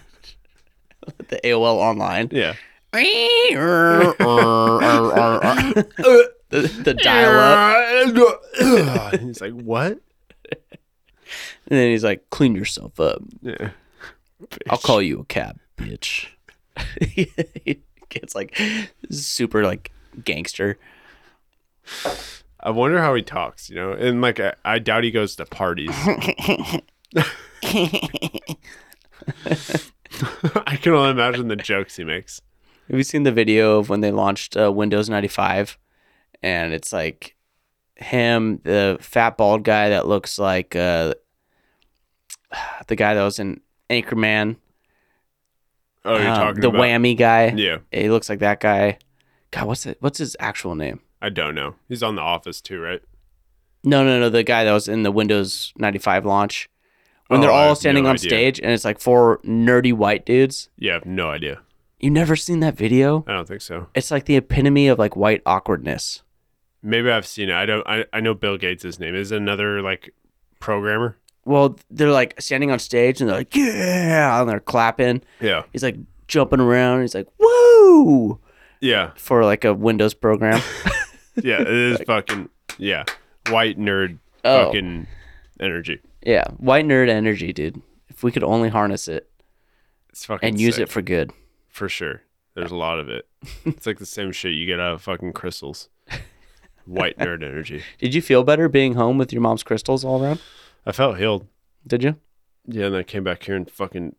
Speaker 3: The AOL online.
Speaker 2: Yeah.
Speaker 3: the, the dial up.
Speaker 2: He's like, what?
Speaker 3: And then he's like, clean yourself up.
Speaker 2: Yeah.
Speaker 3: I'll call you a cab, bitch. it's like super like gangster.
Speaker 2: I wonder how he talks, you know? And like, I, I doubt he goes to parties. I can only imagine the jokes he makes.
Speaker 3: Have you seen the video of when they launched uh, Windows 95? And it's like him, the fat bald guy that looks like uh, the guy that was in Anchorman.
Speaker 2: Oh, you're
Speaker 3: um,
Speaker 2: talking
Speaker 3: the
Speaker 2: about
Speaker 3: whammy guy.
Speaker 2: Yeah,
Speaker 3: He looks like that guy. God, what's it? What's his actual name?
Speaker 2: I don't know. He's on The Office too, right?
Speaker 3: No, no, no. The guy that was in the Windows 95 launch when
Speaker 2: Oh,
Speaker 3: they're
Speaker 2: I
Speaker 3: all
Speaker 2: have
Speaker 3: standing
Speaker 2: no
Speaker 3: on
Speaker 2: idea.
Speaker 3: stage and it's like four nerdy white dudes.
Speaker 2: Yeah, I have no idea.
Speaker 3: You never seen that video?
Speaker 2: I don't think so.
Speaker 3: It's like the epitome of like white awkwardness.
Speaker 2: Maybe I've seen it. I don't. I, I know Bill Gates' his name is another like programmer.
Speaker 3: Well, they're like standing on stage and they're like, yeah, and they're clapping.
Speaker 2: Yeah,
Speaker 3: He's like jumping around. He's like, woo,
Speaker 2: yeah,
Speaker 3: for like a Windows program.
Speaker 2: yeah. It is fucking yeah, white nerd
Speaker 3: Oh.
Speaker 2: fucking energy.
Speaker 3: yeah, white nerd energy, dude. If we could only harness it
Speaker 2: It's fucking
Speaker 3: and use
Speaker 2: sick.
Speaker 3: it for good.
Speaker 2: for sure. There's a lot of it. It's like the same shit you get out of fucking crystals. White nerd energy.
Speaker 3: Did you feel better being home with your mom's crystals all around?
Speaker 2: I felt healed.
Speaker 3: Did you?
Speaker 2: Yeah, and I came back here and fucking